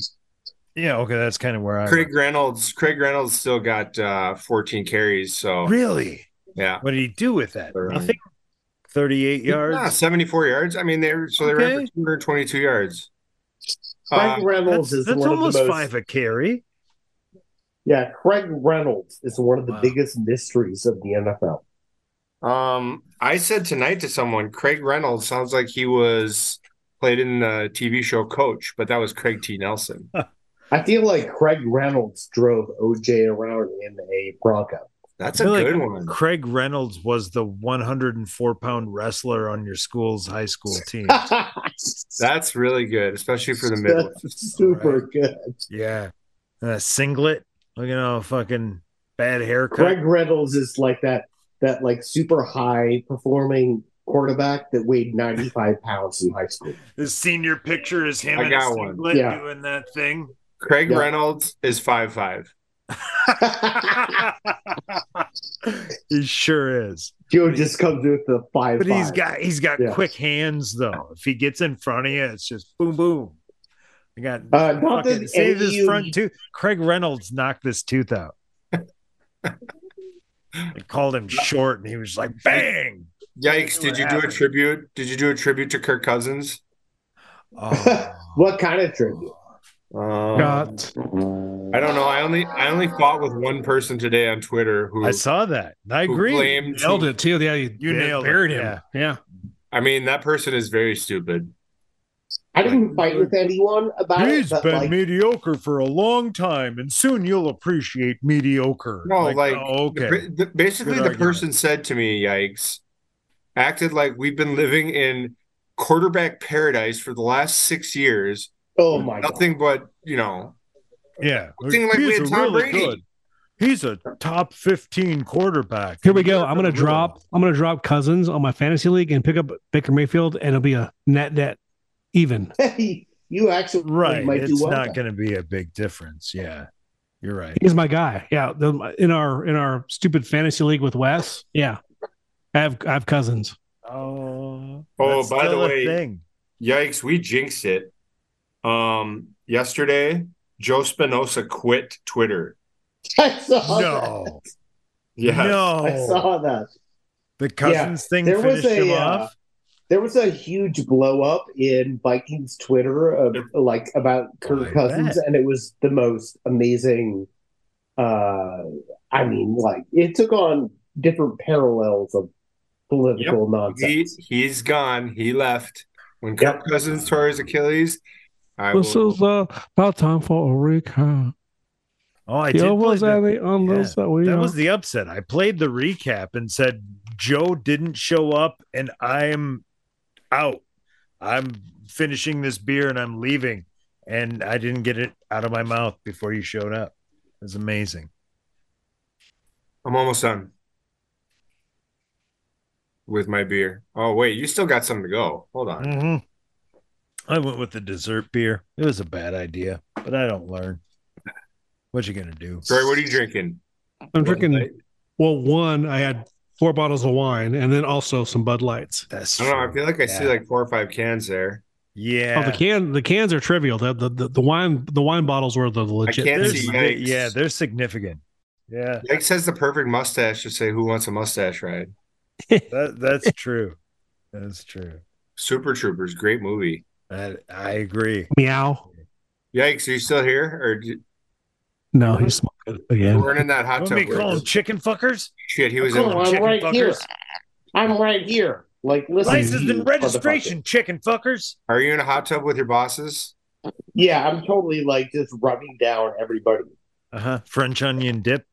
Speaker 1: Yeah. Okay. That's kind of where I.
Speaker 10: Craig Reynolds, Craig Reynolds still got uh, 14 carries, so
Speaker 1: Really?
Speaker 10: Oh. yeah,
Speaker 1: What did he do with that?
Speaker 10: They're-
Speaker 1: Nothing. Thirty-eight yards.
Speaker 10: yeah, 74 yards. I mean, they were so they were
Speaker 1: Okay.
Speaker 10: averaging 222 yards.
Speaker 6: Craig
Speaker 10: Uh,
Speaker 6: Reynolds
Speaker 1: That's,
Speaker 6: is
Speaker 1: that's
Speaker 6: one of the
Speaker 1: almost
Speaker 6: most.
Speaker 1: five a carry.
Speaker 6: Yeah, Craig Reynolds is one of the
Speaker 1: Wow.
Speaker 6: biggest mysteries of the NFL.
Speaker 10: um, I said tonight to someone, Craig Reynolds sounds like he was played in the TV show Coach, but that was Craig T. Nelson.
Speaker 6: I feel like Craig Reynolds drove OJ around in a Bronco.
Speaker 10: That's
Speaker 1: I
Speaker 10: a
Speaker 1: feel like
Speaker 10: good one.
Speaker 1: Craig Reynolds was the 104 pound wrestler on your school's high school team.
Speaker 10: That's really good, especially for the Midwest.
Speaker 6: Super good.
Speaker 1: Yeah. And a singlet. Look at how fucking bad haircut.
Speaker 6: Craig Reynolds is like that that like super high performing quarterback that weighed 95 pounds in high school.
Speaker 1: The senior picture is him in
Speaker 10: I
Speaker 1: a
Speaker 10: got one.
Speaker 1: singlet
Speaker 6: Yeah.
Speaker 1: doing that thing.
Speaker 10: Craig
Speaker 6: Yeah.
Speaker 10: Reynolds is five five.
Speaker 1: he sure is.
Speaker 6: Joe just comes with the five.
Speaker 1: But he's
Speaker 6: five.
Speaker 1: got he's got
Speaker 6: Yeah.
Speaker 1: quick hands though. If he gets in front of you, it's just boom boom. I got
Speaker 6: Uh, not
Speaker 1: fucking-
Speaker 6: that any
Speaker 1: save
Speaker 6: of
Speaker 1: his
Speaker 6: you-
Speaker 1: front tooth. Craig Reynolds knocked this tooth out. they called him short, and he was like, "Bang!"
Speaker 10: Yikes! Did you do a tribute? Did you do a tribute to Kirk Cousins?
Speaker 1: Oh.
Speaker 6: what kind of tribute?
Speaker 10: Um,
Speaker 1: Uh,
Speaker 4: Got
Speaker 10: I don't know. I only I only fought with one person today on Twitter who
Speaker 1: I saw that. I
Speaker 10: who
Speaker 1: agree.
Speaker 10: claimed-
Speaker 4: nailed it too. Yeah, you,
Speaker 1: You nailed it.
Speaker 4: buried him.
Speaker 1: Yeah.
Speaker 4: yeah.
Speaker 10: I mean, that person is very stupid.
Speaker 6: I didn't fight with anyone about
Speaker 1: He's
Speaker 6: it. But
Speaker 1: been
Speaker 6: like,
Speaker 1: mediocre for a long time, and soon you'll appreciate mediocre.
Speaker 10: No, like,
Speaker 1: oh, okay.
Speaker 10: the- the- basically,
Speaker 1: Good
Speaker 10: the
Speaker 1: argument.
Speaker 10: person said to me, "Yikes!" Acted like we've been living in quarterback paradise for the last six years.
Speaker 6: oh my god.
Speaker 10: Nothing but you know.
Speaker 1: Yeah,
Speaker 10: Acting like we had Tom Brady.
Speaker 1: He's a top fifteen quarterback.
Speaker 4: Here we go. I'm gonna
Speaker 1: Really.
Speaker 4: drop. I'm gonna drop Cousins on my fantasy league and pick up Baker Mayfield, and it'll be a net net even.
Speaker 6: you actually
Speaker 1: right.
Speaker 6: might
Speaker 1: It's
Speaker 6: do well.
Speaker 1: not going to be a big difference. Yeah, you're right.
Speaker 4: He's my guy. Yeah, the, in our in our stupid fantasy league with Wes. Yeah, I have I have cousins.
Speaker 1: Oh,
Speaker 10: Oh,
Speaker 1: that's
Speaker 10: by the
Speaker 1: still a
Speaker 10: way-
Speaker 1: thing.
Speaker 10: Yikes, we jinxed it. Um, yesterday, Joe Spinoza quit Twitter.
Speaker 6: I saw that.
Speaker 1: No,
Speaker 10: Yeah.
Speaker 6: I
Speaker 1: no,
Speaker 6: saw that.
Speaker 1: the cousins thing
Speaker 6: there was
Speaker 1: finished him
Speaker 6: a, uh,
Speaker 1: off.
Speaker 6: There was a huge blow up in Vikings Twitter of like about Kirk
Speaker 1: I
Speaker 6: Cousins,
Speaker 1: bet.
Speaker 6: and it was the most amazing. Uh, I mean, like it took on different parallels of political
Speaker 10: He,
Speaker 6: nonsense.
Speaker 10: he's gone. He left. When Kirk Cousins tore his Achilles, I
Speaker 4: This
Speaker 10: will,
Speaker 4: is uh, about time for a recap.
Speaker 1: Oh, I did.
Speaker 4: There
Speaker 1: play
Speaker 4: was
Speaker 1: the-
Speaker 4: any on
Speaker 1: yeah,
Speaker 4: this that we
Speaker 1: That
Speaker 4: uh,
Speaker 1: was the upset. I played the recap and said Joe didn't show up and I'm out. I'm finishing this beer and I'm leaving. And I didn't get it out of my mouth before you showed up. It was amazing.
Speaker 10: I'm almost done with my beer. Oh, wait, you still got some to go. Hold on.
Speaker 1: hmm
Speaker 6: Mm-hmm.
Speaker 1: I went with the dessert beer. It was a bad idea, but I don't learn. What you gonna do?
Speaker 10: Troy, what are you drinking?
Speaker 4: I'm drinking. Well, one I had four bottles of wine and then also some Bud Lights.
Speaker 1: That's
Speaker 10: I don't know. I
Speaker 1: true.
Speaker 10: feel like I see
Speaker 1: Yeah.
Speaker 10: like four or five cans there.
Speaker 4: Oh,
Speaker 1: Yeah.
Speaker 4: the can the cans are trivial. The, the the the wine the wine bottles were the legit.
Speaker 10: can't
Speaker 1: They're
Speaker 10: see
Speaker 1: sig-
Speaker 10: yikes.
Speaker 1: yeah, they're significant. Yeah,
Speaker 10: Yikes has the perfect mustache to say who wants a mustache ride.
Speaker 1: that, that's true. That's true.
Speaker 10: Super Troopers, great movie.
Speaker 1: That, I agree.
Speaker 4: Meow.
Speaker 10: Yikes, are you still here? Or d-
Speaker 4: No, he's smoking again.
Speaker 10: we're in that hot
Speaker 1: Don't
Speaker 10: tub.
Speaker 1: be calling chicken fuckers.
Speaker 10: Shit, he was in.
Speaker 6: Come
Speaker 10: the-
Speaker 6: on, I'm
Speaker 1: chicken
Speaker 6: right here.
Speaker 1: fuckers.
Speaker 6: I'm right here. Like, listen,
Speaker 1: License
Speaker 6: you
Speaker 1: and registration, chicken fuckers.
Speaker 10: Are you in a hot tub with your bosses?
Speaker 6: motherfucker. Yeah, I'm totally like just rubbing down everybody.
Speaker 1: Uh huh. French onion dip.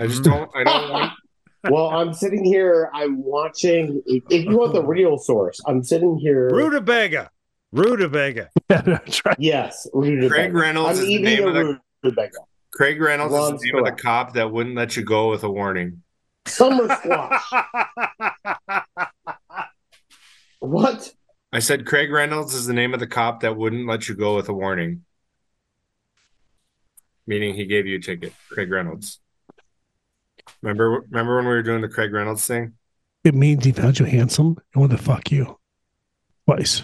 Speaker 10: I just don't. I don't want.
Speaker 6: well, I'm sitting here. I'm watching. If if you want the real source, I'm sitting here.
Speaker 1: Rutabaga. Rutabaga.
Speaker 4: That's right.
Speaker 6: Yes, rutabaga.
Speaker 10: Craig Reynolds
Speaker 6: I'm
Speaker 10: is the
Speaker 6: eating
Speaker 10: name of the-
Speaker 6: rutabaga.
Speaker 10: Craig Reynolds
Speaker 6: Ron
Speaker 10: is the name of the
Speaker 6: Stewart.
Speaker 10: cop that wouldn't let you go with a warning.
Speaker 6: Summer squash. what?
Speaker 10: I said Craig Reynolds is the name of the cop that wouldn't let you go with a warning, meaning he gave you a ticket. Craig Reynolds. Remember, remember when we were doing the Craig Reynolds thing?
Speaker 4: It means he found you handsome and wanted to fuck you twice.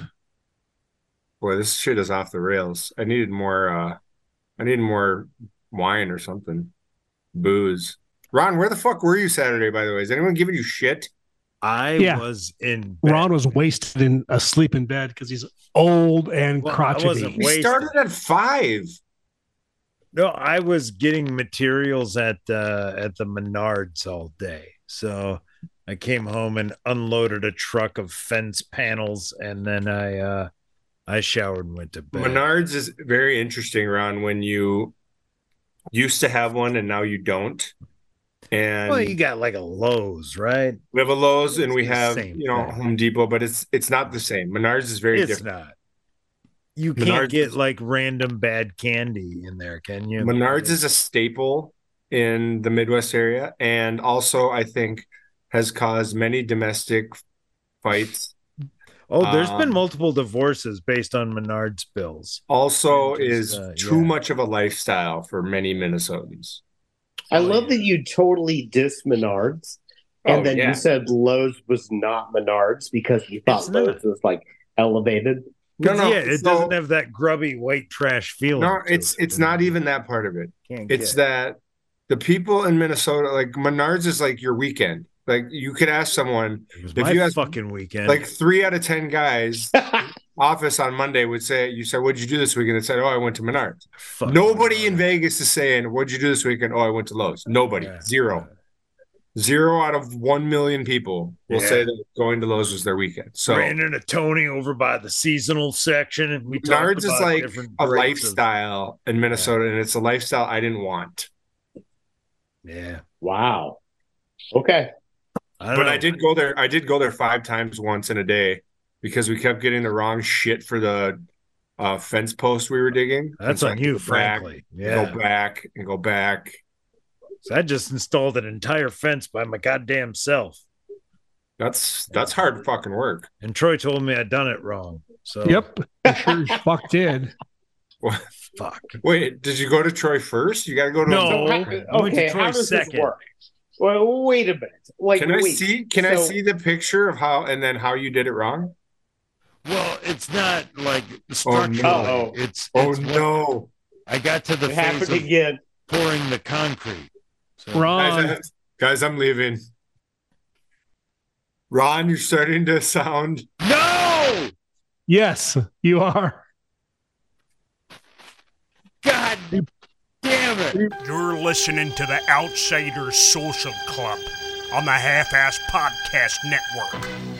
Speaker 10: Boy, this shit is off the rails. I needed more. uh I needed more wine or something, booze. Ron, where the fuck were you Saturday? By the way, is anyone giving you shit?
Speaker 1: I
Speaker 4: Yeah.
Speaker 1: was in. bed.
Speaker 4: Ron was wasted and asleep in bed because he's old and
Speaker 1: Well, I wasn't
Speaker 4: crotchety.
Speaker 10: We
Speaker 1: Wasted.
Speaker 10: started at five.
Speaker 1: No, I was getting materials at uh, at the Menards all day. So I came home and unloaded a truck of fence panels, and then I uh, I showered and went to bed.
Speaker 10: Menards is very interesting, Ron, when you used to have one and now you don't. And
Speaker 1: well, you got like a Lowe's, right?
Speaker 10: we have a Lowe's and
Speaker 1: It's
Speaker 10: we
Speaker 1: the
Speaker 10: have
Speaker 1: same
Speaker 10: you know
Speaker 1: thing.
Speaker 10: Home Depot, but it's it's not the same. Menards is very
Speaker 1: it's
Speaker 10: different.
Speaker 1: not. You
Speaker 10: Menards
Speaker 1: can't
Speaker 10: is-
Speaker 1: get like random bad candy in there, can you?
Speaker 10: Menards is a staple in the Midwest area and also I think has caused many domestic fights.
Speaker 1: Oh, there's been
Speaker 10: um,
Speaker 1: multiple divorces based on Menards bills.
Speaker 10: Also
Speaker 1: Which is,
Speaker 10: is
Speaker 1: uh,
Speaker 10: too
Speaker 1: yeah.
Speaker 10: much of a lifestyle for many Minnesotans.
Speaker 6: I
Speaker 1: Oh,
Speaker 6: love
Speaker 1: yeah.
Speaker 6: that you totally diss Menards, and
Speaker 10: Oh,
Speaker 6: then
Speaker 10: yeah.
Speaker 6: you said Lowe's was not Menards because you thought
Speaker 1: It's not.
Speaker 6: Lowe's was like elevated.
Speaker 10: No, no,
Speaker 1: yeah, it
Speaker 10: so-
Speaker 1: doesn't have that grubby white trash feeling.
Speaker 10: No,
Speaker 1: to
Speaker 10: it's
Speaker 1: it,
Speaker 10: it's
Speaker 1: you know?
Speaker 10: not even that part of it.
Speaker 1: Can't get
Speaker 10: It's
Speaker 1: it.
Speaker 10: that the people in Minnesota, like Menards, is like your weekend. Like you could ask someone,
Speaker 1: It was
Speaker 10: if
Speaker 1: my
Speaker 10: you had-
Speaker 1: fucking weekend.
Speaker 10: like three out of ten guys office on Monday would say, "You said what'd you do this weekend?" They said, "Oh, I went to Menards."
Speaker 1: Fuck.
Speaker 10: Nobody in Vegas is saying, "What'd you do this weekend?" "Oh, I went to Lowe's." Nobody,
Speaker 1: Yeah.
Speaker 10: zero, zero out of one million people will
Speaker 1: Yeah.
Speaker 10: say that going to Lowe's was their weekend. So
Speaker 1: ran into Tony over by the seasonal section, and we talked
Speaker 10: Menards is
Speaker 1: about
Speaker 10: like
Speaker 1: different
Speaker 10: a
Speaker 1: breaks of-
Speaker 10: lifestyle in Minnesota, and it's a lifestyle I didn't want.
Speaker 1: yeah,
Speaker 6: wow. Okay.
Speaker 1: I don't
Speaker 10: but
Speaker 1: know.
Speaker 10: I did go there. I did go there five times once in a day because we kept getting the wrong shit for the uh, fence post we were digging. And
Speaker 1: That's
Speaker 10: so I
Speaker 1: on
Speaker 10: had to
Speaker 1: you,
Speaker 10: go back,
Speaker 1: frankly. Yeah,
Speaker 10: Go back and go back.
Speaker 1: So I just installed an entire fence by my goddamn self,
Speaker 10: That's that's hard fucking work.
Speaker 1: and Troy told me I'd done it wrong. So
Speaker 4: Yep. I sure as fuck did.
Speaker 10: What?
Speaker 1: Fuck.
Speaker 10: Wait, did you go to Troy first? You got to go to
Speaker 1: No.
Speaker 10: Atlanta.
Speaker 1: I went to
Speaker 6: Okay,
Speaker 1: Troy
Speaker 6: how does
Speaker 1: second.
Speaker 6: this work? Well, wait a minute. Like,
Speaker 10: can I
Speaker 6: wait.
Speaker 10: see? Can I
Speaker 6: So-
Speaker 10: see the picture of how and then how you did it wrong?
Speaker 1: Well, it's not like structurally.
Speaker 6: Uh-oh.
Speaker 1: It's,
Speaker 10: Oh
Speaker 1: it's what-
Speaker 10: no!
Speaker 1: I got to the
Speaker 6: It
Speaker 1: phase
Speaker 6: happened
Speaker 1: of
Speaker 6: again.
Speaker 1: pouring the concrete. So,
Speaker 10: Guys,
Speaker 4: Wrong.
Speaker 10: I- guys, I'm leaving. Ron, you're starting to sound.
Speaker 1: no,
Speaker 4: Yes, you are.
Speaker 1: God damn it!
Speaker 11: You're listening to the Outsiders Social Club on the Half Ass Podcast Network.